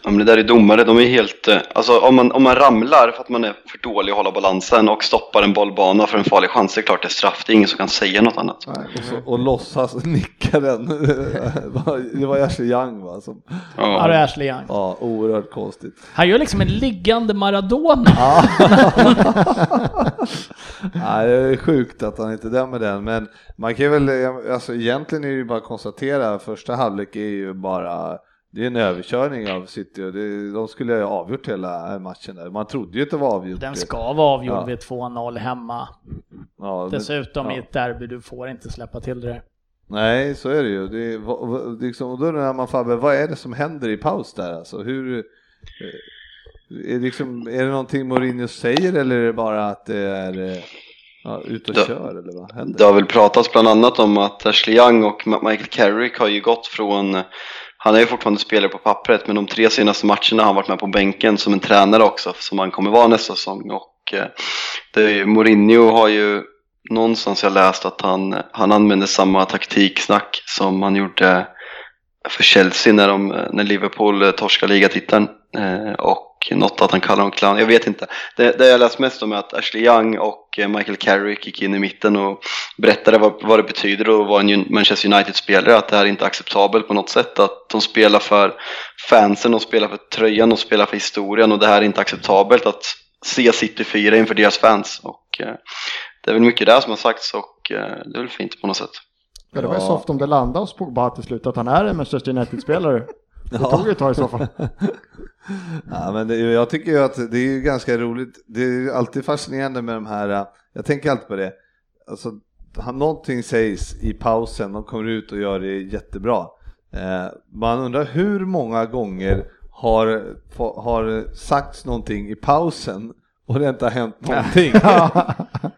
Ja, men det där är domare, de är helt... eh, Alltså om man, om man ramlar för att man är för dålig att hålla balansen och stoppar en bollbana för en farlig chans, det är klart det är straff. Det är ingen som kan säga något annat. Och, så, och låtsas nicka den. det var Ashley Young va? Som, Ja, det Ja. är Ashley Young. ja, oerhört konstigt. Han gör liksom en liggande Maradona. Nej, det är sjukt att han inte dömer den. Men man kan väl, eh, alltså egentligen är det ju bara att konstatera, första halvlek är ju bara det är en överkörning av City och det, de skulle ju ha avgjort hela matchen där. Man trodde ju att det var avgjort. Den ska vara avgjord Ja. vid 2-0 hemma. Ja, men- Dessutom ja. i ett derby, du får inte släppa till det där. Nej, så är det ju. Det, är- va- va- liksom, och då undrar man Fabbe, vad är det som händer i paus där? Alltså, hur, eh, Är, liksom, är det någonting Mourinho säger eller är det bara att det är eh, ja, ut och Det- kör eller vad händer? Det har väl pratats bland annat om att Ashley Young och Ma- Michael Carrick har ju gått från han är ju fortfarande spelare på pappret men de tre senaste matcherna har han varit med på bänken som en tränare också som han kommer vara nästa säsong och eh, det är ju, Mourinho har ju någonstans jag läst att han, han använder samma taktiksnack som han gjorde för Chelsea när, de, när Liverpool eh, torskade ligatiteln eh, och något att han kallar dem clown, jag vet inte. Det, det jag läst mest om är att Ashley Young och eh, Michael Carrick gick in i mitten och berättade vad, vad det betyder att vara en Un- Manchester United-spelare, att det här är inte acceptabelt på något sätt. Att de spelar för fansen, de spelar för tröjan, de spelar för historien och det här är inte acceptabelt att se City 4 inför deras fans. Och, eh, det är väl mycket där som har sagts och eh, det är väl fint på något sätt. Ja, det var ju Ja. soft om det landade hos Pogba till slut, att han är en Manchester United-spelare. Det tog ju ett tag i så fall. Ja, men det, jag tycker ju att det är ju ganska roligt. Det är ju alltid fascinerande med de här, eh, jag tänker alltid på det, alltså, han, någonting sägs i pausen, de kommer ut och gör det jättebra. Eh, man undrar hur många gånger har, få- har sagts någonting i pausen och det inte har hänt någonting.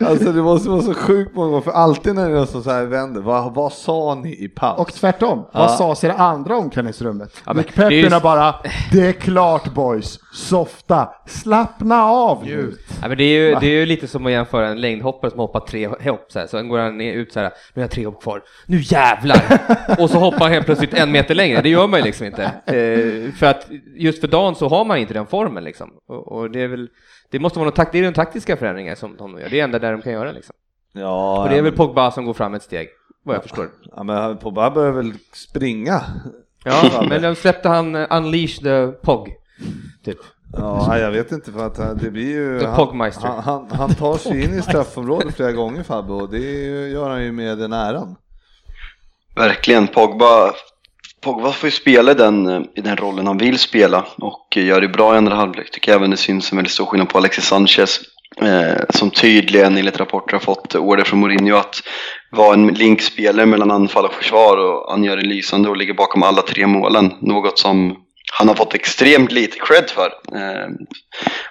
alltså det måste vara så sjukt många gånger, för alltid när det är någon som så här vänder, vad, vad sa ni i paus? Och tvärtom, vad sades i det andra omklädningsrummet? Ja, men Nick det är Peppin ju- har bara “Det är klart boys, softa, slappna av nu”. Ja, men det, är ju, det är ju lite som att jämföra en längdhoppare som hoppar tre hopp så här, sen går han ner, ut så här, nu har jag tre hopp kvar, nu jävlar! och så hoppar han helt plötsligt en meter längre, det gör man ju liksom inte. Eh, för att just för dagen så har man inte den formen liksom. Och, och det är väl, det måste vara någon tak- det är de taktiska förändringar som de gör, det är det enda där de kan göra liksom. Ja, Och det är ja, väl Pogba som går fram ett steg, vad jag förstår. Ja men Pogba börjar väl springa. Ja, men då släppte han eh, Unleash the Pog, typ. Ja, jag vet inte för att han- det blir ju... The han- Pogmeister. Han, han, han tar sig in i straffområdet flera gånger Fabbe och det är ju- gör han ju med den äran. Verkligen, Pogba, Pogba får ju spela i den, eh, i den rollen han vill spela och eh, gör det bra i andra halvlek. Tycker även det syns en väldigt stor skillnad på Alexis Sanchez eh, som tydligen enligt rapporter har fått order från Mourinho att vara en linkspelare mellan anfall och försvar och han gör det lysande och ligger bakom alla tre målen. Något som han har fått extremt lite cred för. Eh,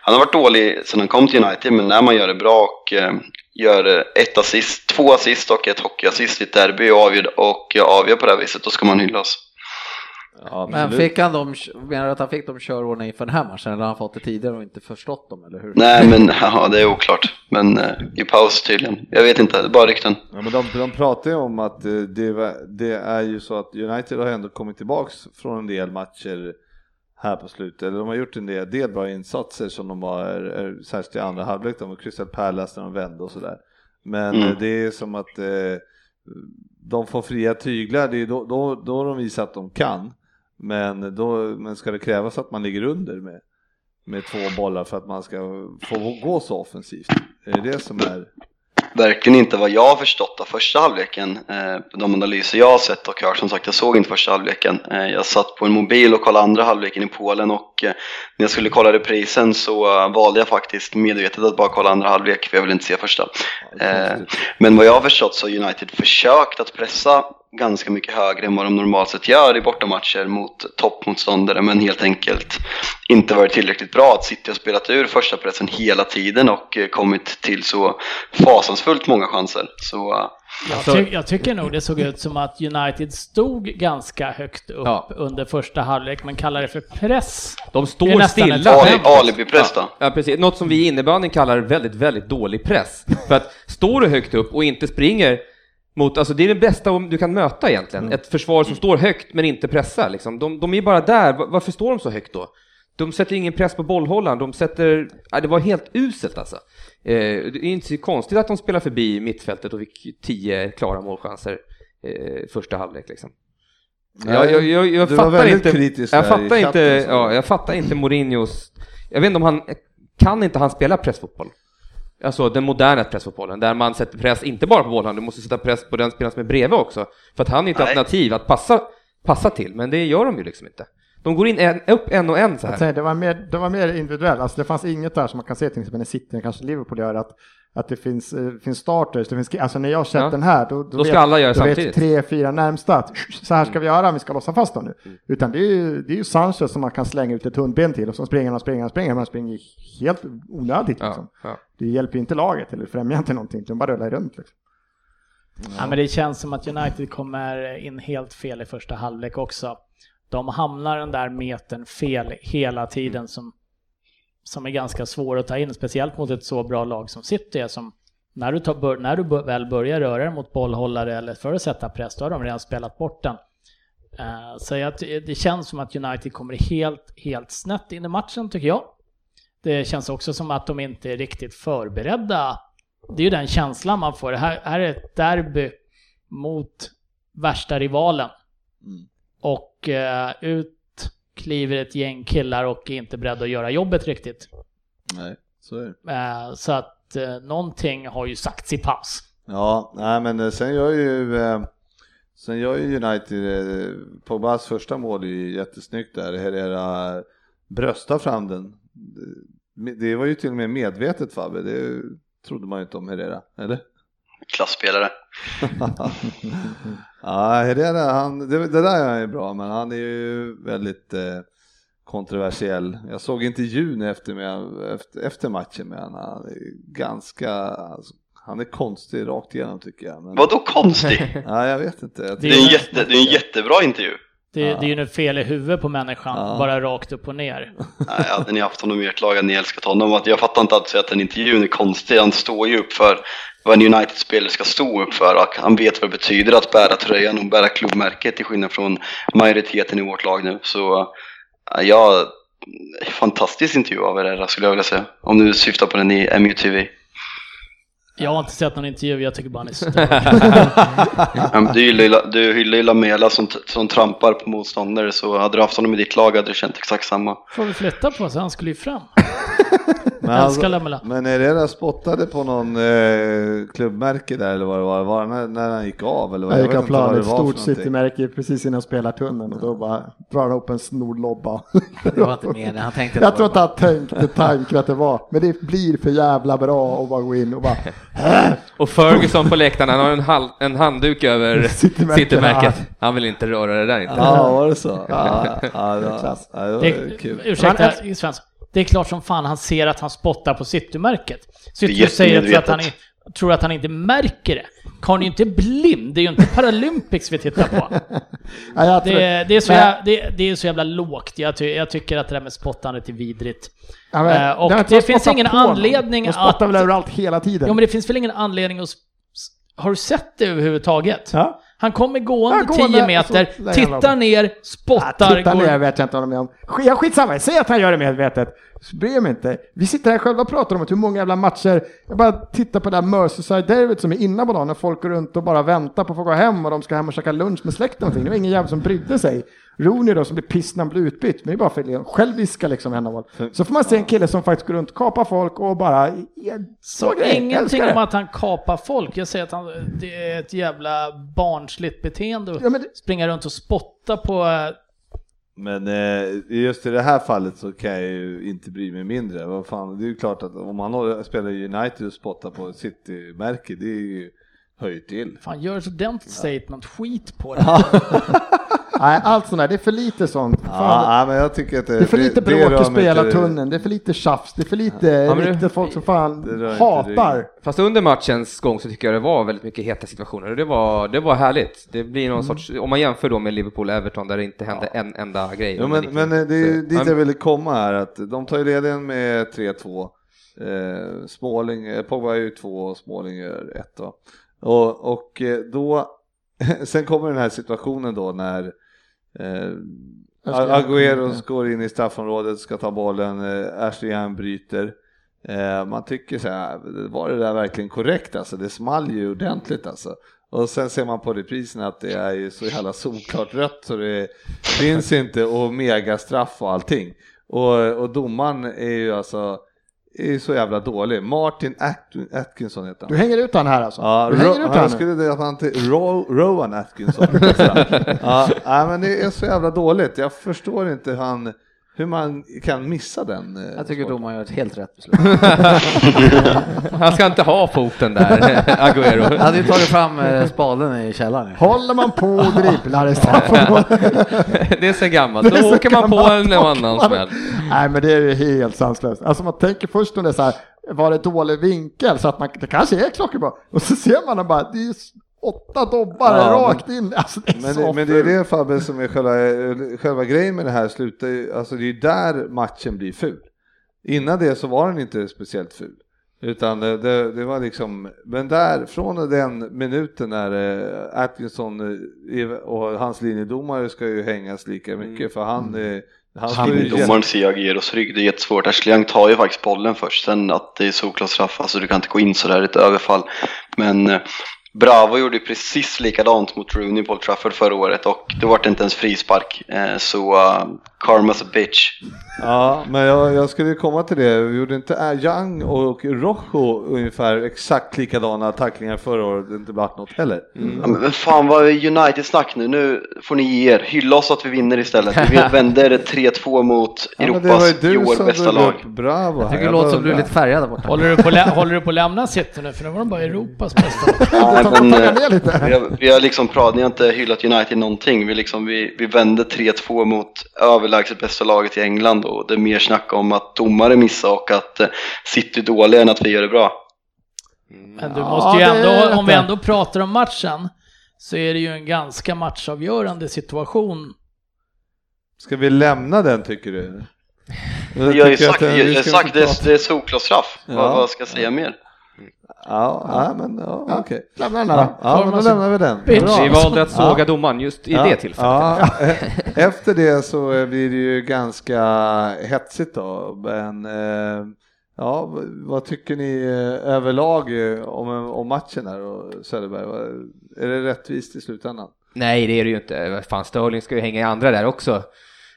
han har varit dålig sedan han kom till United men när man gör det bra och eh, gör eh, ett assist, två assist och ett hockeyassist i ett derby och avgör, och avgör på det här viset, då ska man hyllas. Ja, Men fick han dem, menar du att han fick dem körordna inför den här matchen eller har han fått det tidigare och inte förstått dem eller hur? Nej men haha, det är oklart. Men eh, i paus tydligen. Jag vet inte, det är bara rykten. ja, men de, de pratar ju om att eh, det, var- det är ju så att United har ändå kommit tillbaks från en del matcher här på slutet. Eller de har gjort en del, del bra insatser som de har, eh, särskilt i andra halvlek, de har Crystal Palace när de vände och sådär. Men Mm. eh, det är som att eh, de får fria tyglar, det är då, då, då har de visat att de kan. Men, då, men ska det krävas att man ligger under med, med två bollar för att man ska få gå så offensivt? Är det det som är... Verkligen inte vad jag har förstått av första halvleken. Eh, de analyser jag har sett och hört, som sagt jag såg inte första halvleken. Eh, jag satt på en mobil och kollade andra halvleken i Polen och eh, när jag skulle kolla reprisen så eh, valde jag faktiskt medvetet att bara kolla andra halvlek för jag ville inte se första. Eh, Men vad jag har förstått så har United försökt att pressa ganska mycket högre än vad de normalt sett gör i bortamatcher mot toppmotståndare men helt enkelt inte varit tillräckligt bra. Att City har spelat ur första pressen hela tiden och eh, kommit till så fasansfullt många chanser. Så eh, Jag, Alltså- ty jag tycker nog det såg ut som att United stod ganska högt upp Ja. under första halvlek, men kallar det för press. De Det är står nästan ett stilla. skämt. Ali- alibi-press då? ja, ja, precis. Något som vi i innebandyn kallar väldigt, väldigt dålig press. För att står du högt upp och inte springer mot, alltså det är det bästa om- du kan möta egentligen. Mm. Ett försvar som står högt men inte pressar liksom. De, de är bara där, Va- varför står de så högt då? De sätter ingen press på bollhållaren, de sätter, ja, det var helt uselt alltså. Eh, det är inte så konstigt att de spelar förbi mittfältet och fick tio klara målchanser eh, första halvlek liksom. Nej, jag, jag, jag, jag du var fattar väldigt inte, kritisk jag där i fattar inte, chatten, så. ja, jag fattar inte Mourinhos, jag vet inte om han, kan inte han spela pressfotboll? Alltså den moderna pressfotbollen, där man sätter press inte bara på bollhand, du måste sätta press på den spelaren som är bredvid också. För att han är ett Nej. alternativ att passa, passa till, men det gör de ju liksom inte. De går in en, upp en och en så Jag här. säger, det, var mer, det var mer individuellt, alltså, det fanns inget där som man kan se till exempel i City, kanske Liverpool gör, att, att det finns, eh, finns starters, det finns, alltså när jag har sett Ja. den här, då, då, Då ska alla göra då samtidigt. vet tre, fyra närmsta att så här ska vi göra, vi ska låsa fast dem nu. Mm. Utan det är ju, det är ju Sanchez som man kan slänga ut ett hundben till och så springer han, springer han, springer han, springer helt onödigt liksom. Ja, ja. Det hjälper ju inte laget eller främjar inte någonting, de bara rullar runt. Liksom. Ja, men det känns som att United kommer in helt fel i första halvlek också. De hamnar den där metern fel hela tiden som, som är ganska svår att ta in, speciellt mot ett så bra lag som City är som när du, tar, bör- när du bör- väl börjar röra dig mot bollhållare eller för att sätta press, då har de redan spelat bort den. Eh, Så jag, ty- det känns som att United kommer helt, helt snett in i matchen tycker jag. Det känns också som att de inte är riktigt förberedda det är ju den känslan man får. Det här, här är ett derby mot värsta rivalen. Mm. Och eh, ut kliver ett gäng killar och är inte beredda att göra jobbet riktigt. Nej, så är det. Eh, så att eh, någonting har ju sagts i paus. Ja, nej men eh, sen gör ju eh, sen gör ju United eh, Pogbas första mål är ju jättesnyggt där. Herrera bröstar eh, fram den. Det- Det var ju till och med medvetet Fabbe, det trodde man ju inte om Herrera, eller? Klassspelare. ja, Herrera, han, det, det där är han ju bra, men han är ju väldigt eh, kontroversiell. Jag såg intervjun efter, med, efter, efter matchen med honom. Han är ganska, alltså, han är konstig rakt igenom tycker jag. Men, Vadå konstig? Ja, jag vet inte. Jag Det är Det är, en ju- jätte, det är en jättebra intervju. Det, det är ju nu fel i huvudet på människan, Ja. bara rakt upp och ner. Nej, hade ni haft honom i ert lag hade ni älskat honom. Att Jag fattar inte alltså att den intervjun är konstig. Han står ju upp för vad en United-spelare ska stå upp för. Och han vet vad det betyder att bära tröjan och bära klubbmärket till skillnad från majoriteten i vårt lag nu. Så eh, ja, fantastisk intervju av Herrera skulle jag vilja säga. Om du syftar på den i MUTV. Jag har inte sett någon intervju, jag tycker bara han är störd. Ja, men Du hyllar ju La- du hyllar ju Lamela som, t- som trampar på motståndare så hade du haft honom i ditt lag hade du känt exakt samma. Får vi flytta på så han skulle ju fram. Men, Älskar alltså, Lamela. men Herrera spottade på någon eh, klubbmärke där eller vad det var, var det när, när han gick av eller vad, Jag gick av plan, ett var för stort någonting. citymärke precis innan spelartunneln och då bara drar han upp en snorlobba. Det var inte meningen, han tänkte Jag tror att inte han tänkte tanken att det var, men det blir för jävla bra att bara gå in och bara "Här, Och Ferguson på läktaren, han har en, hal- en handduk över Citymärkena. citymärket. Han vill inte röra det där inte. Ja, var det så? Ja, ja, det, var, Klass. ja, det var Eh, Det, kul. ursäkta Men Svensson. Det är klart som fan han ser att han spottar på citymärket. City jättemedvetet. säger att- att han är, tror att han inte märker det. Karln är ju inte blind, det är ju inte Paralympics vi tittar på. Nej, jag tror, Det, det, är, så Men- jävla, det, det är så jävla lågt. Jag, ty, jag tycker att det där med spottandet är vidrigt. Ja, men- Eh, och har inte det jag finns spottat ingen på någon. anledning De spottar att- väl överallt hela tiden? Ja, men det finns väl ingen anledning att... s- s- Har du sett det överhuvudtaget? Ja. Han kommer gående Ja, gående, 10 meter, så lägger han tittar av. ner, Ah, spottar, Titta går ner vet jag inte vad de är om. Sk- Ja, skitsamma, säg att han gör det medvetet. Så bryr jag mig inte. Vi sitter här själva och pratar om att hur många jävla matcher. Jag bara tittar på det där Merseyside-derbyt som är innan på dagen när folk går runt och bara väntar på att få gå hem och de ska hem och käka lunch med släkten och någonting. Det var ingen jävel som brydde sig. Rooney då som blir piss när han blir utbytt, men det är bara för att själviska liksom ändamål. Så får man se en kille som faktiskt går runt och kapar folk och bara... jag- Så grejer, ingenting älskar det. om att han kapar folk. Jag säger att han, det är ett jävla barnsligt beteende att Ja, men det- springa runt och spotta på... eh, Men eh, just i det här fallet så kan jag ju inte bry mig mindre. Vad fan, det är ju klart att om han håller- spelar i United och spottar på ett citymärke, det är ju höj till. Fan, gör ett ordentligt statement. Skit på det. Nej, allt sånt där. Det är för lite sånt. Fan, Ja, ja, men jag tycker att det, Det är för lite bråk i rör mig inte- spelartunneln, det är för lite tjafs, det är för lite men det- riktigt folk som det fan rör inte hatar. ryggen. Fast under matchens gång så tycker jag det var väldigt mycket heta situationer och det var, det var härligt. Det blir Mm. någon sorts, om man jämför då med Liverpool-Everton där det inte hände en enda grej. Jo, men, men eh, det är ju Så, dit I'm- jag ville komma här att de tar ju ledningen med 3-2. Eh, Småling, eh, Pogba är ju 2 och Småling gör 1 då. Och, och eh, då, sen kommer den här situationen då när eh, Jag ska- Aguero går in i straffområdet, ska ta bollen, eh, Ashley Young bryter. Eh, man tycker så här, var det där verkligen korrekt alltså? Det small ju ordentligt alltså. Och sen ser man på reprisen att det är ju så jävla solklart rött så det finns inte och megastraff och allting. Och, och domaren är ju alltså är så jävla dålig. Martin At- Atkinson heter Du han. hänger ut han här alltså? Ja, du Ro- hänger ut han han skulle döpa han till Ro- Rowan Atkinson. ja, nej, men det är så jävla dåligt. Jag förstår inte hur, han, hur man kan missa den. eh, Jag tycker sporten. domaren gör ett helt rätt beslut. Han ska inte ha foten där, Jag Agüero. hade ju tagit fram eh, spaden i källaren. Håller man på och dribblar i straffområdet? Det är så gammalt. Då Det är så åker man på gammalt. en annan smäll. Nej, men det är ju helt sanslöst. Alltså man tänker först om det är så här, var det dålig vinkel? Så att man, det kanske är klockrent. Och så ser man den bara, det är ju åtta dobbar Ja, men- rakt in. Alltså det är så Men, men det är fult. det Fabbe som är själva, eh, själva grejen med det här slutar ju- alltså det är ju där matchen blir ful. Innan det så var den inte speciellt ful. Utan det, det, det var liksom, men där, från den minuten när eh, Atkinson eh, är- och hans linjedomare ska ju hängas lika mycket för han, eh, han, Han står ju är jätte- Domaren ser Agueros rygg, det är jättesvårt. Ashliang tar ju faktiskt bollen först, sen att det är solklar straff, alltså du kan inte gå in sådär i ett överfall. Men eh, Bravo gjorde ju precis likadant mot Rooney på Old Trafford förra året och det vart inte ens frispark. Eh, Så eh, karma's a bitch. Ja, men jag, jag skulle komma till det. Vi gjorde inte eh, Young och Rojo ungefär exakt likadana tacklingar förra året? Det inte blivit något heller. Ja, Men fan vad är United-snack nu, nu får ni ge er. Hylla oss att vi vinner istället. Vi vänder 3-2 mot Ja, men Europas i det var ju år du som bästa drog lag. upp Bravo här. Jag tycker det låter som du är bara- lite färgad där borta. Håller du på, att lä- håller du på att lämna City nu? För nu var de bara Europas bästa. lag. Nej, tar- men, tar eh, ner lite. vi, har, vi har liksom pratat, ni har inte hyllat United någonting. Vi, liksom, vi, vi vände 3-2 mot överlägset bästa laget i England och det är mer snack om att domare missar och att eh, City är dåliga än att vi gör det bra. Men du måste ju Ja, det är ändå, om vi rätt. ändå pratar om matchen, så är det ju en ganska matchavgörande situation. Ska vi lämna den tycker du? Jag, har ju sagt, eh, jag, jag har sagt det, är- det är solklar straff. Ja. Vad, vad ska jag säga mer? Ja, ja, men ja, okej. Lämna den här. Ja, ja, men då lämnar vi den. Bitch. Bra. Vi valde att Ja. såga domaren just i Ja, det tillfället. Ja, eh, efter det så eh, blir det ju ganska hetsigt då. Men eh, ja, v- vad tycker ni eh, överlag eh, om, om matchen här och Söderberg? Vad- Är det rättvist i slutändan? Nej, det är det ju inte. Vad Fan, Sterling ska ju hänga i andra där också.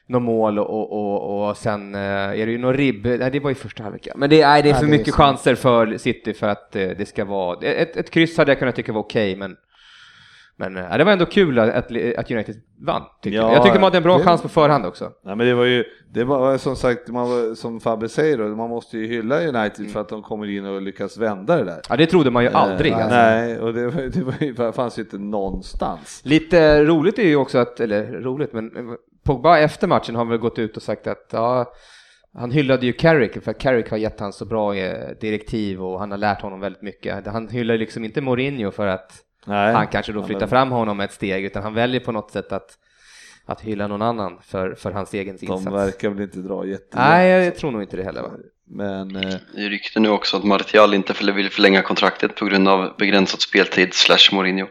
Någon mål och, och, och, och sen eh, är det ju någon ribb. Nej, det var ju första halvlek. ja. Men det, nej, det är Ja, för det är mycket så. chanser för City för att eh, det ska vara... Ett, ett kryss hade jag kunnat tycka var okej, men... Men eh, det var ändå kul att, att, att United vann. Tycker Ja, jag. jag tycker man hade en bra det- chans på förhand också. Nej men det var ju, det var som sagt, man, var- som Fabbe säger då, man måste ju hylla United för att de kommer in och lyckas vända det där. Ja, det trodde man ju aldrig. Eh, alltså. Nej, och det, var- det, var, ju- det fanns ju inte någonstans. Lite roligt är ju också att, eller roligt, men eh, Pogba efter matchen har väl gått ut och sagt att ja, han hyllade ju Carrick för att Carrick har gett han så bra eh, direktiv och han har lärt honom väldigt mycket. Han hyllar liksom inte Mourinho för att Nej. han kanske då Ja, flyttar men- fram honom ett steg utan han väljer på något sätt att, att hylla någon annan för, för hans egen De insats. verkar väl inte dra jättelångt. Nej, jag tror nog inte det heller va? Men eh, Det är rykte nu också att Martial inte förl- vill förlänga kontraktet på grund av begränsad speltid slash Mourinho.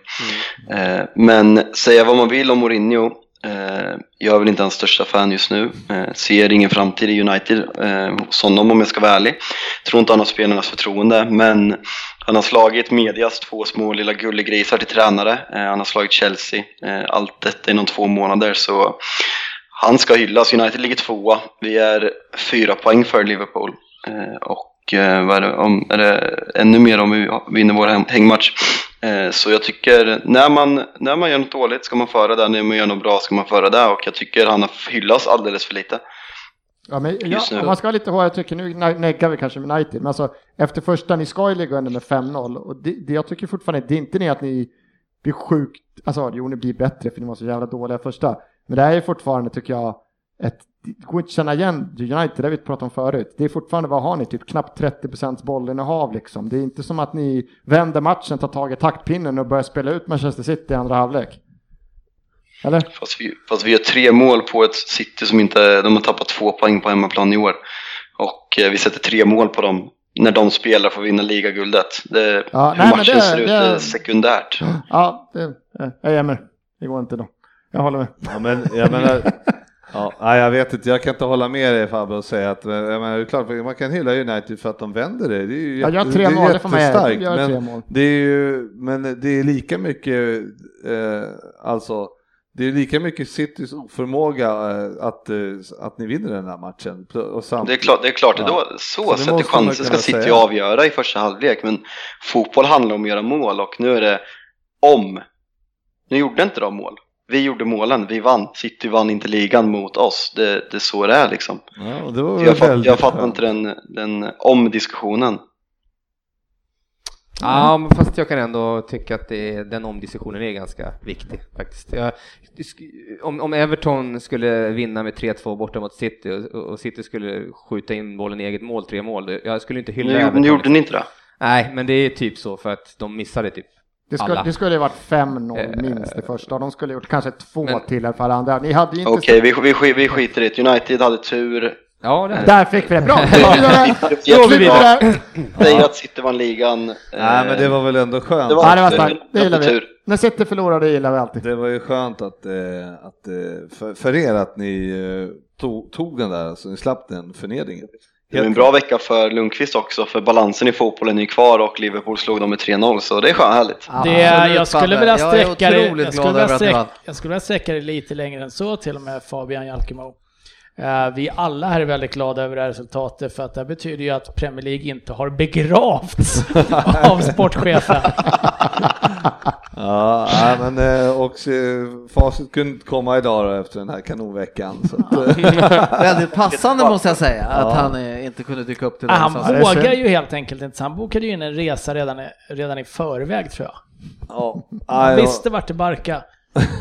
Eh, Men säga vad man vill om Mourinho. eh, Jag är väl inte hans största fan just nu. Eh, Ser ingen framtid i United eh, hos honom om jag ska vara ärlig. Tror inte han har spelarnas förtroende men han har slagit medias två små lilla gullegrisar till tränare. Eh, Han har slagit Chelsea. Eh, Allt detta inom två månader så han ska hyllas. United ligger tvåa. Vi är fyra poäng för Liverpool. Eh, Och eh, vad är det, om, är det ännu mer om vi vinner vår häng- hängmatch. Eh, Så jag tycker när man, när man gör något dåligt ska man föra det, när man gör något bra ska man föra det och jag tycker han hyllas alldeles för lite. Ja, men, ja, Just nu. om man ska ha lite hårdare tycker nu ne- neggar vi kanske United, men alltså efter första, ni ska ju ligga under med 5-0 och det, det jag tycker fortfarande, det är inte ni att ni blir sjukt, alltså jo ni blir bättre för ni var så jävla dåliga första, men det här är fortfarande tycker jag ett, det går inte att känna igen United, det har vi pratat om förut, det är fortfarande, vad har ni, typ knappt 30% bollinnehav liksom, det är inte som att ni vänder matchen, tar tag i taktpinnen och börjar spela ut Manchester City i andra halvlek. Eller? Fast vi, fast vi gör tre mål på ett City som inte, de har tappat två poäng på hemmaplan i år. Och eh, vi sätter tre mål på dem när de spelar för att vinna ligaguldet. Det, Ja, hur nej, men matchen det- ser ut det- är sekundärt. Ja, det, eh, jag är med. Det går inte då. Jag håller med. ja, men jag menar, ja, nej, jag vet inte, jag kan inte hålla med dig Fabbe och säga att eh, jag menar, det är klart, man kan hylla United för att de vänder det. Det är ju Ja, jag har jätte- tre det är mål, det får man göra. jättestarkt, Jag har tre men mål. det är ju, men det är lika mycket, eh, alltså Det är lika mycket Citys oförmåga eh, att, eh, att ni vinner den här matchen. Pl- Och samt, Det är klart, det är klart Ja. då. Så Så, det måste så man kunna chansen ska City säga. avgöra i första halvlek. Men fotboll handlar om att göra mål och nu är det om. Nu gjorde inte de mål. Vi gjorde målen, vi vann. City vann inte ligan mot oss. Det, det är så det är liksom. Ja, och det var Så jag, fatt, väldigt jag fattar skönt. inte den, den om-diskussionen. Ja, men fast jag kan ändå tycka att det, är- den omdiskussionen är ganska viktig faktiskt. Jag, om, om Everton skulle vinna med 3-2 borta mot City och, och City skulle skjuta in bollen i eget mål, tre mål, det- jag skulle inte hylla Nu, gjorde- Everton. liksom. nu gjorde ni inte det. Nej, men det är typ så för att de missade typ. Det skulle, Alla. det skulle ju varit Eh, 5-0 minst det första. De skulle gjort kanske två Men- till i alla fall. Andra. Ni hade ju inte... Okej, vi, vi, sk- vi skiter i det. United hade tur. Ja, det är det. Där fick vi det. Bra! Då var vi där. Då var vi där. Säg att City vann ligan. Eh, Nej, men det var väl ändå skönt. Det var- Ja, det var starkt. Det gillar vi. Tur. När City förlorar, det gillar vi alltid. Det var ju skönt att, eh, att eh, för, för er att ni eh, tog, tog den där, så ni slapp den förnedringen. Det var en bra vecka för Lundqvist också, för balansen i fotbollen är kvar och Liverpool slog dem med 3-0, så det är skönt, härligt. Ja, Det, Ah, absolut, jag skulle Fabbe. vilja Jag är sträcka det, otroligt jag skulle glad vilja över att du sträcka, vann. jag skulle vilja sträcka det lite längre än så till och med Fabian Jalkemo. Eh, vi alla här är väldigt glada över det här resultatet för att det här betyder ju att Premier League inte har begravts av sportchefen. Ja, nej, men eh, och eh, facit kunde inte komma idag då, efter den här kanonveckan. Så att, eh, Väldigt passande måste jag säga att han eh, inte kunde dyka upp till den. Ah, han som- det är vågar synd. ju helt enkelt inte, så han bokade ju in en resa redan i, redan i förväg tror jag. ja, Han nej, ja. visste vart det barkade.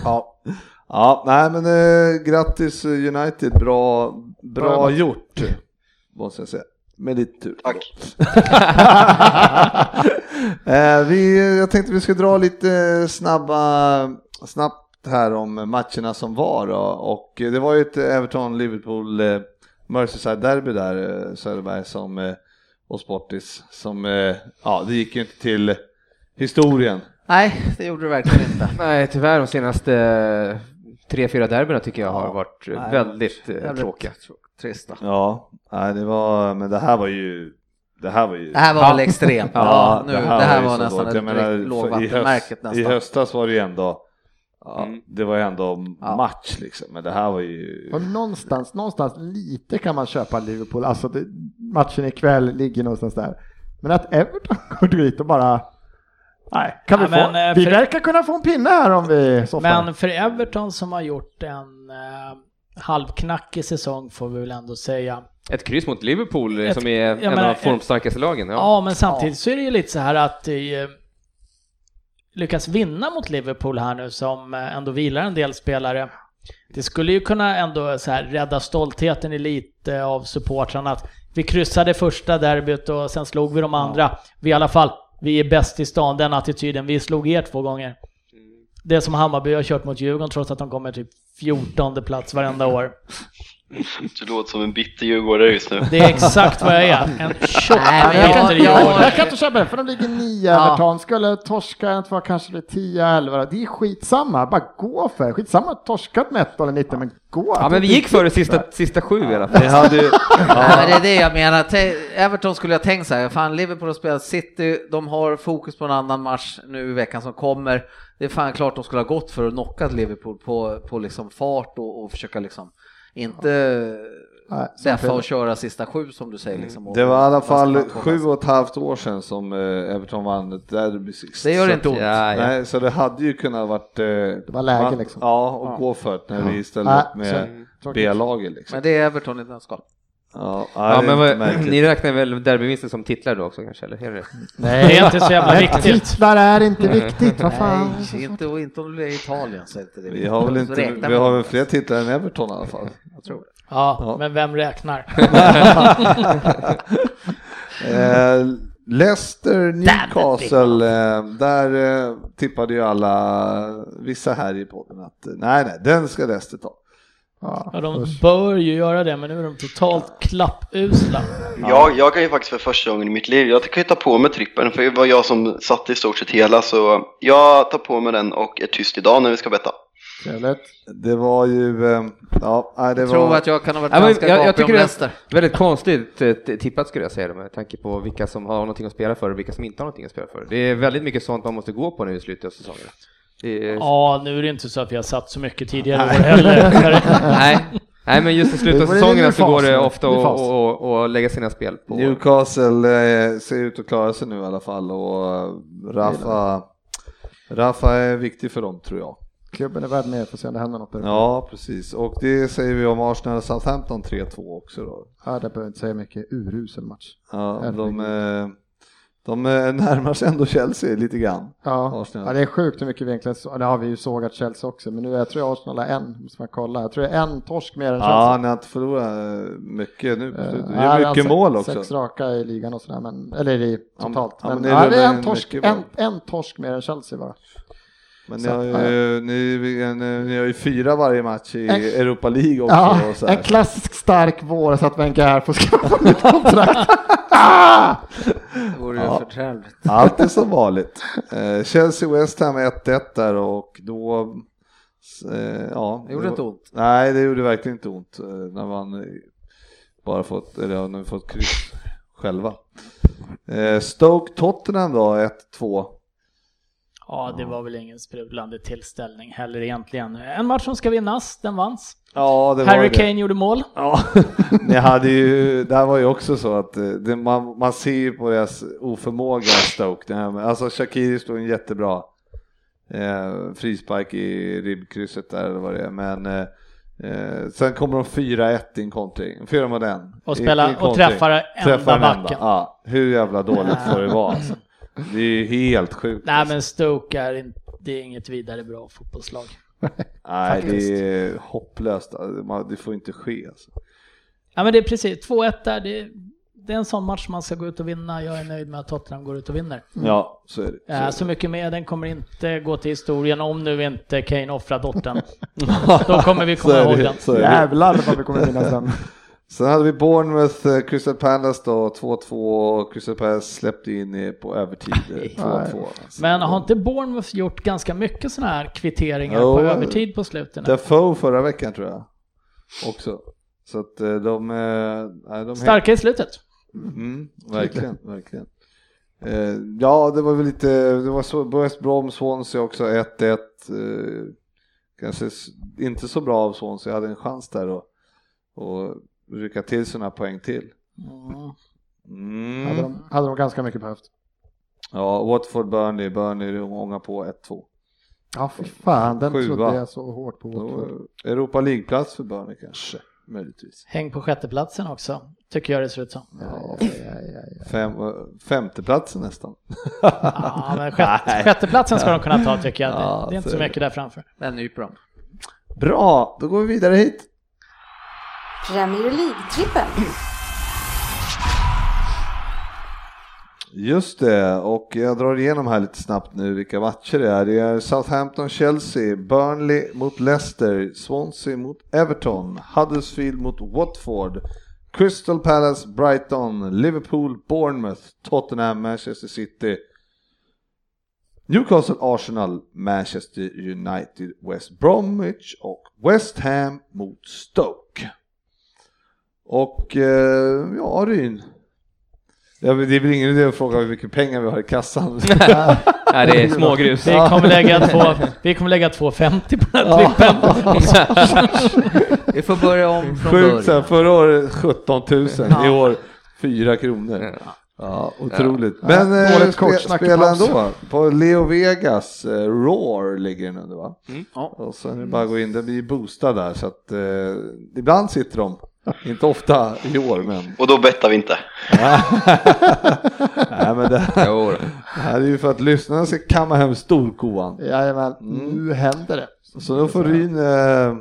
Ja. ja, nej men eh, grattis eh, United, bra, bra gjort måste jag säga. Med lite tur. Tack. eh, vi, jag tänkte vi skulle dra lite eh, snabba, snabbt här om matcherna som var då. och eh, det var ju ett Everton-Liverpool eh, Merseyside-derby där eh, Söderberg som, eh, och Sportis som, eh, ja det gick ju inte till historien. Nej, det gjorde du verkligen inte. Nej, tyvärr de senaste eh, tre, fyra derbyna tycker jag har varit eh, Nej, väldigt eh, jävligt tråkiga. Trista. Ja, nej, det var, men det här var ju, det här var ju Det här var väl extremt? Ja, nu, det här, ju var, så nästan dåligt. Jag ett menar, direkt för i höst- lågvattenmärket I nästan. höstas var det ju ändå, ja, Mm. det var ju ändå Ja. match liksom, men det här var ju... Och någonstans, någonstans lite kan man köpa Liverpool. Alltså det, matchen ikväll ligger någonstans där. Men att Everton går dit och bara... Nej, kan Ja, vi få? men, eh, vi för- verkar kunna få en pinne här om vi soffar. Men för Everton som har gjort en eh, halvknackig säsong får vi väl ändå säga. Ett kryss mot Liverpool eh, Ett- som är en menar, av de ett- formstarkaste lagen. Ja. Ja, men samtidigt så är det ju lite så här att det eh, lyckas vinna mot Liverpool här nu som eh, ändå vilar en del spelare. Det skulle ju kunna ändå så här rädda stoltheten i lite av supportrarna att vi kryssade första derbyt och sen slog vi de andra. Vi i alla fall, vi är bäst i stan, den attityden. Vi slog er två gånger. Det som Hammarby har kört mot Djurgården trots att de kommer typ 14 plats varenda år. Du låter som en bitter djurgårdare just nu. Det är exakt vad jag är. En tjock Nej, men bitter jag- Ja, djurgårdare. jag kan inte köpa det, för de ligger nio Ja. Everton. Skulle torska en två, kanske bli tio, elva. Det är skitsamma, bara gå för det. Skitsamma, torskat med ett eller 90, men gå. Ja, men vi gick före sista, sista sju i alla fall. Ni hade ju, Nej, men det är det jag menar. Te- Everton skulle jag tänkt så här, fan Liverpool har spelat City, de har fokus på en annan match nu i veckan som kommer. Det är fan klart de skulle ha gått för att knockat Liverpool på, på liksom fart och, och försöka liksom inte Nej, deffa och köra sista sju som du säger. Liksom, och- det var i alla fall och- sju och ett halvt år sedan som eh, Everton vann ett derby sist. Det gör inte ont. Ja, ja. Nej, så det hade ju kunnat varit... eh, Det var läge, liksom. Ja, och Ja. gå för det när vi ställde Nej, upp Mm. med så- tråkigt. B-laget liksom. Men det är Everton i ett nötskal. Ja, Ja, det är men vad, inte märkligt. ni räknar väl derbyvinsten som titlar då också kanske? Eller? Är det? Det är inte så jävla Men viktigt. Titlar är inte viktigt, vad fan. Nej, inte, och inte om du är i Italien så är inte det Vi har väl, Så inte, räknar vi man. har väl fler titlar än Everton i alla fall. Jag tror det. Ja, Ja. men vem räknar? Eh, Leicester, Newcastle, eh, där eh, tippade ju alla, vissa här i podden att eh, nej, nej, den ska Leicester ta. Ja, Ja, de usch. bör ju göra det, men nu är de totalt klappusla. Jag, jag kan ju faktiskt för första gången i mitt liv, jag kan ju ta på mig trippen för det var jag som satt i stort sett hela, så jag tar på mig den och är tyst idag när vi ska betta. Trevligt. Det var ju, eh, ja, nej, det Jag tror var, att jag kan ha varit Ja, men ganska jag, jag gapig om tycker det Leicester. är väldigt konstigt eh, t- tippat skulle jag säga det, med tanke på vilka som har någonting att spela för och vilka som inte har någonting att spela för. Det är väldigt mycket sånt man måste gå på nu i slutet av säsongen. Det är... Ja, nu är det inte så att vi har satt så mycket tidigare år heller. Nej. Nej, men just i slutet Det av var säsongerna lite så går fas det nu. ofta Det är att fas. att- att lägga sina spel på. Newcastle eh, ser ut att klara sig nu i alla fall och eh, Rafa, Rafa är viktig för dem tror jag. Klubben är värd mer, får se om det händer något där. Ja. Ja, precis. Och det säger vi om Arsenal och Southampton 3-2 också då. det behöver jag inte säga mycket. Urusel match. Ja, Herregud. de, eh, de eh, närmar sig ändå Chelsea lite grann. Ja. Arsenal. ja, det är sjukt hur mycket vi egentligen, så- det har vi ju sågat Chelsea också, men nu är jag tror jag Arsenal har en, måste man kolla, jag tror det är en torsk mer Ja, än Chelsea. ni har inte förlorat eh, mycket nu på Eh, slutet. Det nej, är mycket alltså, mål också. Sex raka i ligan och sådär, men, eller i Ja, men- totalt. ja, men, men det ja, det är rullar en in torsk, mycket en, mål. en torsk mer än Chelsea bara. Men ni Så, har, ju, ni, eh, ni, ni har ju fyra varje match i En- Europa League också. Ja, och så här. en klassisk stark vår så att Wenger får skriva på nytt kontrakt. ah! Det vore ju förträffligt. Allt är som vanligt. Eh, Chelsea West Ham 1-1 där och då... Eh, ja, Det gjorde inte ont. ont. Nej, det gjorde verkligen inte ont eh, när man eh, bara fått, eller ja, när vi fått kryss själva. Eh, Stoke Tottenham då, 1-2. Ja, det var väl ingen sprudlande tillställning heller egentligen. En match som ska vinnas, den vanns. Ja, det var ju Harry det. Kane gjorde mål. Ja, ni hade ju, det här var ju också så att eh, det, man, man ser ju på deras oförmåga Stoke. Det här med, alltså Shakiri stod en jättebra eh, frispark i ribbkrysset där eller vad det är. Men eh, eh, sen kommer de 4-1 i en kontring, fyra mot en. Och, i- spela, i och kontring. träffar enda Träffar den enda. backen. Ja, hur jävla dåligt får det vara alltså. Det är ju helt sjukt. Nej, alltså. men Stoke är, inte- det är inget vidare bra fotbollslag. Nej, det är hopplöst. Alltså, man- Det får inte ske alltså. Ja, men det är precis. 2-1 där. Det, det är en sån match man ska gå ut och vinna. Jag är nöjd med att Tottenham går ut och vinner. Ja, så är det. Så är Eh, det. Så mycket mer, den kommer inte gå till historien om nu inte Kane offrar dottern. Då kommer vi komma Så är ihåg det, den. så är det. Mm. Jävlar vad vi kommer vinna sen. Sen hade vi Bournemouth, eh, Crystal Palace då, 2-2 och Crystal Palace släppte in eh, på övertid eh, 2-2. Men har inte Bournemouth gjort ganska mycket sådana här kvitteringar Jo, på övertid på slutet? nu? Defoe förra veckan tror jag också. Så att eh, de... eh, nej, de Starka i slutet. Mm, verkligen, verkligen. Eh, ja, det var väl lite, det var så, West Brom, Swansea också 1-1. Eh, kanske s- inte så bra av Swansea, jag hade en chans där att och rycka till sina poäng till. Hade, Mm. de, hade de ganska mycket behövt. Ja, Watford, Burnley, Burnley ångar på 1-2. Ja, fy fan, den Sjua. trodde jag så hårt på. Då, Europa League-plats för Burnley kanske, möjligtvis. Häng på sjätteplatsen också, tycker jag det ser ut som. Ja, ja, ja, ja, ja. Fem, eh, femteplatsen nästan. Ja, men sjätte, sjätteplatsen ska de kunna ta tycker jag. Ja, Det, det är inte så så är det. mycket där framför. Men nyper dem. Bra, då går vi vidare hit. Premier League-trippen. Just det, och jag drar igenom här lite snabbt nu vilka matcher det är. Det är Southampton-Chelsea, Burnley mot Leicester, Swansea mot Everton, Huddersfield mot Watford, Crystal Palace, Brighton, Liverpool, Bournemouth, Tottenham, Manchester City, Newcastle, Arsenal, Manchester United, West Bromwich och West Ham mot Stoke. Och eh, ja, Ryn. Ja, men det är väl ingen idé att fråga hur mycket pengar vi har i kassan. Nej, det är smågrus. Vi kommer lägga, två, vi kommer lägga 2,50 på den här trippen. Vi får börja om från Sjukt så här, början. förra året 17 000, i år 4 kronor. Ja, otroligt. Men Ja, eh, dåligt spe, kortsnack i spela paus. ändå. På Leo Vegas, eh, Roar ligger den under va? Ja. Och sen är det bara att gå in, den blir boostad där så att eh, ibland sitter de. Inte ofta i år men. Och då bettar vi inte. Nej, men det, här, Jo då. det här är ju för att lyssnarna ska kamma hem storkovan. Jajamän, Mm. nu händer det. Så då får Ryn, eh,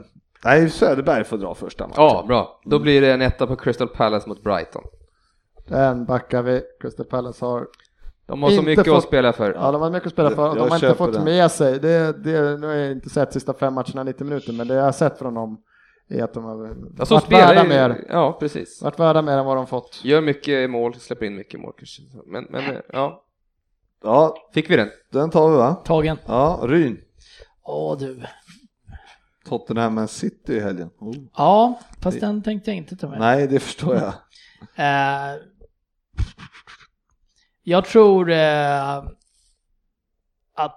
nej Söderberg får dra första matchen. Ja, bra. Då blir det en etta på Crystal Palace mot Brighton. Den backar vi. Crystal Palace har, De har så Inte mycket fått- att spela för. ja de har mycket att spela för och Jag de har inte köper fått den. med sig, det, det, nu har jag inte sett sista fem matcherna 90 minuter, men det jag har sett från dem är att de har Alltså, varit spelar värda ju- mer, Ja, precis. varit värda mer än vad de fått. Gör mycket mål, släpper in mycket mål kanske. Men, men eh, ja, ja, fick vi den? den tar vi va? Tagen. Ja, Ryn. Åh du. Tottenham Man City i helgen. Oh. Ja, fast den tänkte jag inte ta med. Nej, det förstår jag. Eh, jag tror eh, att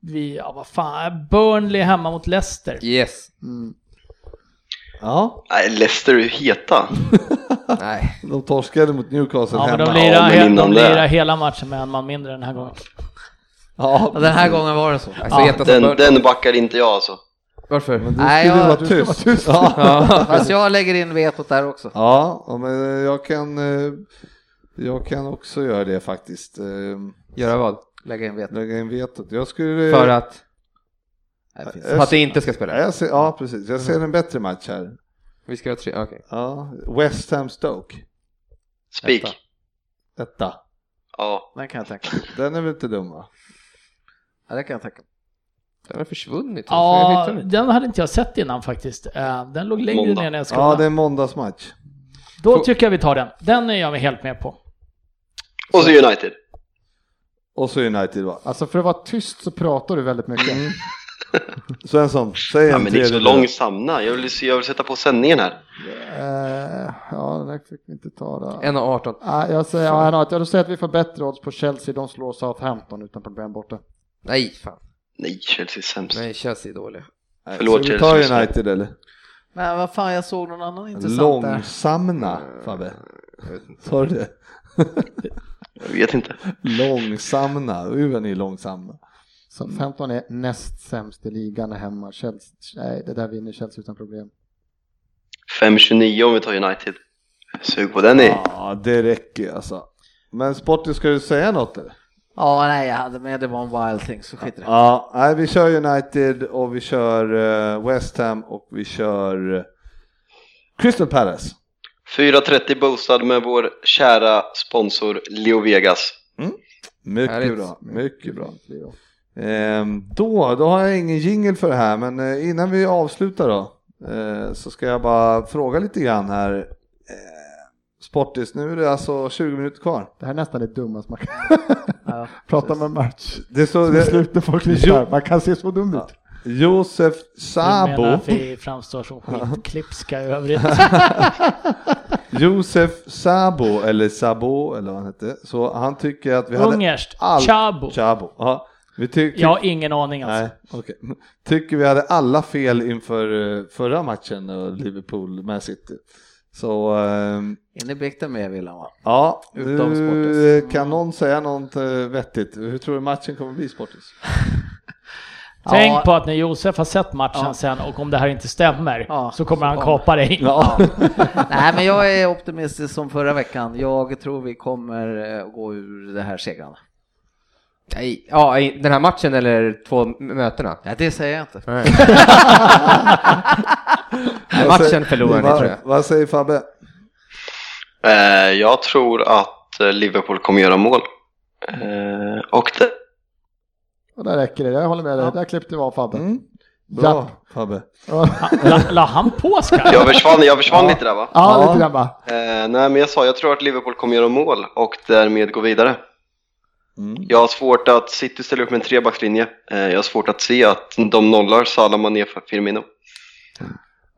vi, ja vad fan, Burnley hemma mot Leicester. Yes. Ja, Nej, Leicester är ju heta. Nej. de torskade mot Newcastle Ja men hemma. de Ja, lirar, men he- de innan det. lirar hela matchen med en man mindre den här gången. Ja, Ja, Den här gången var det så. Alltså, Ja, heta som Den, Burnley. den backar inte jag alltså. Varför? men du Nej, skulle jag- vara tyst. Ja. Ja. Alltså, Fast jag lägger in vetot där också. Ja, ja, men eh, jag kan, eh, jag kan också göra det faktiskt. Eh, Göra vad? Lägger in vetot. Lägga in vetot. Jag skulle... För att? Nej, det finns- För att det inte ska Ja, spela? jag ser, ja, precis. Jag ser en bättre match här. Vi ska ha tre, okej. Ja, West Ham Stoke. Spik. Etta. Detta. Ja. Den kan jag tänka mig. Den är väl inte dum va? Ja, den kan jag tänka mig. Den har försvunnit. Jag Ja, hittar den. den hade inte jag sett innan faktiskt. Eh, Den låg längre Måndag. ner när jag Ja, det scrollade. är en måndagsmatch. Då tycker jag vi tar den. Den är jag helt med på. Och så United. Och så United va? Alltså för att vara tyst så pratar du väldigt mycket. Mm. Svensson, säg en Ja, men det är så tredjedel. lång samna. Jag vill, se- jag vill sätta på sändningen här. Eh, ja, den där fick vi inte ta. Då. 1,18. Ja, jag, säger, ja, jag, jag säger att vi får bättre odds på Chelsea. De slår Southampton utan problem borta. Nej, fan. Nej, Chelsea är sämst. Nej, Chelsea är dåliga. Nej, Förlåt, Ska vi Chelsea. ta United eller? Men vad fan, jag såg någon annan intressant där. Långsamna Fabbe. Sa du det? Jag vet inte. Långsamna. Uy vad ni är långsamma. Southampton är näst sämst i ligan hemma. Chelsea, nej, det där vinner Chelsea utan problem. 5.29 om vi tar United. Sug på den i. Ja, det räcker ju, alltså. Men Sporty, ska du säga något eller? Ja, nej, jag hade med. Det var en wild thing, så skit i det. Ja, nej, vi kör United och vi kör eh, West Ham och vi kör eh, Crystal Palace. 4.30 boostad med vår kära sponsor Leo Vegas. Mycket Härligt. bra, mycket bra. Ehm, då, då har jag ingen jingle för det här, men eh, innan vi avslutar då eh, så ska jag bara fråga lite grann här. Eh, Sportis, nu är det alltså 20 minuter kvar. Det här är nästan det dummaste man kan Ja, prata om en match. Det är så, Det det, slutar folk Jo. lyssnar. Man kan se så dum ut. Josef Du menar Sabo, att vi framstår som skitklipska i övrigt? Josef Sabo, eller Sabo eller vad han hette, så han tycker att vi hade Ungerskt. all- Chabo. Chabo. Ja, vi tyck, Jag har ingen aning Nej, alltså. okej. Tycker vi hade alla fel inför eh, förra matchen och Liverpool med City. Så ehm, In i bikten med Willan va? ja, Utom nu kan någon säga något eh, vettigt. Hur tror du matchen kommer bli Sportis? Tänk Ja. på att när Josef har sett matchen Ja. sen och om det här inte stämmer Ja, så kommer så han kommer- kapa dig. Ja. Nej, men jag är optimistisk som förra veckan. Jag tror vi kommer eh, gå ur det här segrande. Nej, ja, i den här matchen eller två m- mötena? Ja, det säger jag inte. alltså, matchen förlorar ni vad, tror jag. Vad säger Fabbe? Eh, jag tror att eh, Liverpool kommer göra mål. Eh, och det, Och där räcker det. Jag håller med dig. Där klippte vi av Fabbe. Mm? Bra Ja. Fabbe. Ja, La, la han på skarpt? jag försvann, jag försvann lite där va? ja, Ja. lite grann bara. Eh, nej men jag sa, jag tror att Liverpool kommer göra mål och därmed gå vidare. Mm. Jag har svårt att, City ställer upp med en trebackslinje. Eh, jag har svårt att se att de nollar Salah, Mané, Firmino.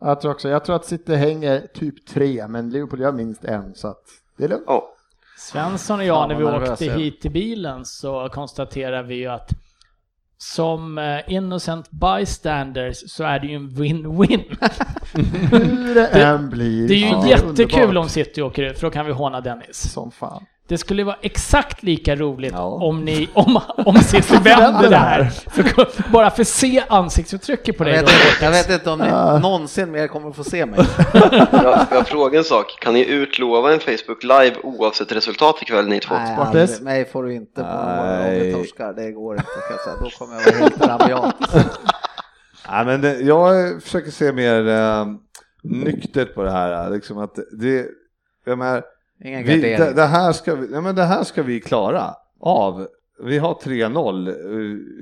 Jag tror också. Jag tror att City hänger typ tre, men Liverpool gör minst en, så att det är lugnt. Ja. Svensson och Fan, jag, när vi vad nervös åkte jag är. hit i bilen så konstaterade vi ju att som eh, innocent bystanders så är det ju en win-win. Hur det än blir. Det är ju så jättekul underbart. om City åker ut, för då kan vi håna Dennis. Som fan. Det skulle vara exakt lika roligt Ja. om ni, om, om City vänder det här. För, bara för att se ansiktsuttrycket på Jag dig. vet, då. inte- jag vet inte om ni någonsin mer kommer att få se mig. Jag, jag frågar en sak, kan ni utlova en Facebook live oavsett resultat ikväll ni två? Nej, Sportis? aldrig. mig får du inte på några om du Nej. torskar. Det går inte kan jag säga. Då kommer jag vara helt rabiat. Ja, men det, jag försöker se mer eh, nyktert på det här. Liksom att det, jag menar, Ingen Vi, det, gardering. det, här ska vi, ja, men det här ska vi klara av. Vi har 3-0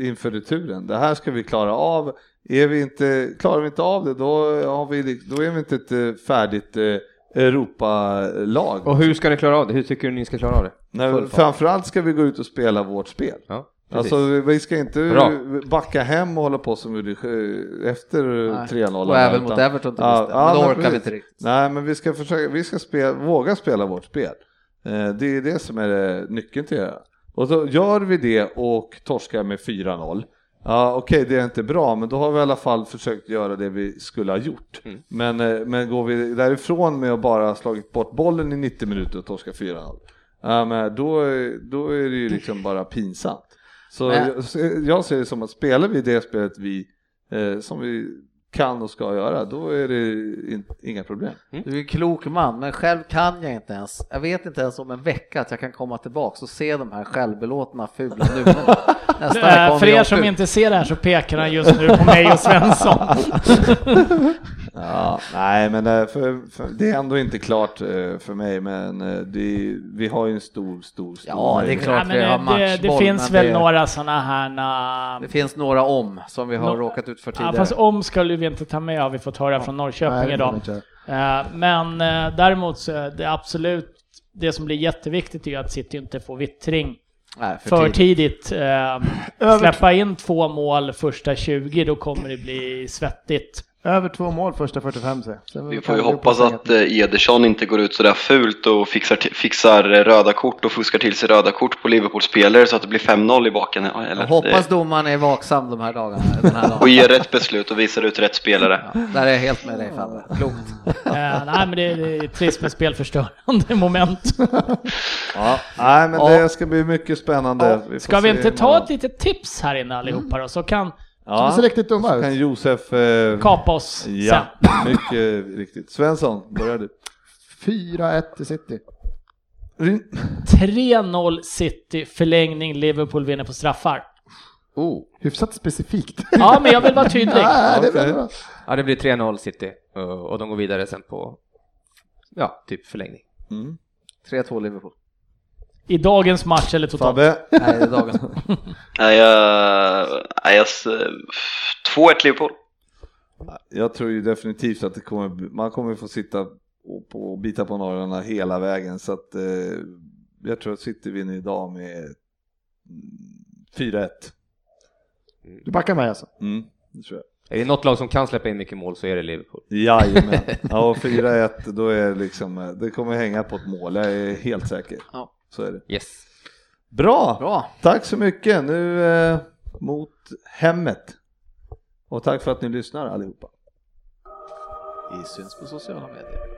eh, inför returen. Det här ska vi klara av. Är vi inte, klarar vi inte av det, då, har vi, li- då är vi inte ett eh, färdigt eh, Europalag. Och hur ska ni klara av det? Hur tycker du ni ska klara av det? Nej, full fart. framförallt ska vi gå ut och spela vårt spel. Ja, precis. Alltså, vi- vi ska inte Bra. backa hem och hålla på som vi gjorde eh, efter eh, 3-0. Och även mot Everton till viss Ja, del. ja, Men då men orkar vi precis. inte riktigt. Nej, men vi ska, försöka, vi ska spela, våga spela vårt spel. Eh, Det är det som är eh, nyckeln till det. här. Och så gör vi det och torskar med 4-0, Ja, okej, det är inte bra, men då har vi i alla fall försökt göra det vi skulle ha gjort. Men, eh, men går vi därifrån med att bara ha slagit bort bollen i 90 minuter och torska 4-0, ja, men då, är- då är det ju liksom bara pinsamt. Så Men- jag, så jag ser det som att spelar vi det spelet vi, eh, som vi kan och ska göra, då är det in, inga problem. Du är en klok man, men själv kan jag inte ens. Jag vet inte ens om en vecka att jag kan komma tillbaks och se de här självbelåtna fula nunnorna. Nästa vecka Eh, om För vi er åker som ut. inte ser det här så pekar han just nu på mig och Svensson. Ja, nej, men eh, för, för, det är ändå inte klart eh, för mig, men eh, det, vi har ju en stor, stor, stor Ja, det är möjlighet. klart Nej, vi har men det, det, matchboll. det finns men väl det, några sådana här... na- Det finns några om som vi har Nå- råkat ut för Ja, tidigare. fast om ska vi inte ta med har vi fått höra från Norrköping det får idag. man inte göra. Eh, Men eh, däremot så är det absolut, det som blir jätteviktigt är ju att City inte får vittring Nej, för för tidigt. tidigt. Eh, Över- Släppa in två mål första 20, då kommer det bli svettigt. Över två mål första 45 säger jag. Sen Vi får kan ju gå på hoppas pengar. att eh, Ederson inte går ut sådär fult och fixar, ti- fixar eh, röda kort och fuskar till sig röda kort på Liverpool-spelare så att det blir 5-0 i baken. eh, Eller, Jag hoppas eh, domaren är vaksam de här dagarna. Den här och dagen. ger rätt beslut och visar ut rätt spelare. Där är jag helt med dig Fabbe. Klokt. Eh, Nej men det är, det är trist med spelförstörande moment. Ja, nej, men Ja. det ska bli mycket spännande. får Ska vi se Mm. inte hur man- ta ett litet tips här inne allihopa då, så kan De Ja, ser riktigt dumma kan ut. Josef... Eh, kapa oss ja, sen. mycket riktigt. Svensson, börjar du. 4-1 till City. Rin- 3-0 City, förlängning, Liverpool vinner på straffar. Oh. Hyfsat specifikt. Ja, men jag vill vara tydlig. Nej, det är Okej. bra. Ja, det blir 3-0 City eh, och de går vidare sen på, ja, typ förlängning. 3-2 Liverpool. I dagens match eller totalt. Fabbe, Nej, det är dagen. Nej, jag... Nej, jag... s- 2-1 Liverpool. jag tror ju definitivt att det kommer, man kommer få sitta och, på, och bita på norrarna hela vägen. Så att, eh, jag tror att City vinner idag med mm, 4-1. Du backar mig alltså. Mm, det tror jag. Är det något lag som kan släppa in mycket mål så är det Liverpool. Jajamän. Ja, och 4-1, då är det liksom, eh, det kommer hänga på ett mål, jag är helt säker. Ja. Så är det. Yes. Bra! Bra. Tack så mycket, nu eh, mot hemmet. Och tack för att ni lyssnar allihopa. Vi syns på sociala medier.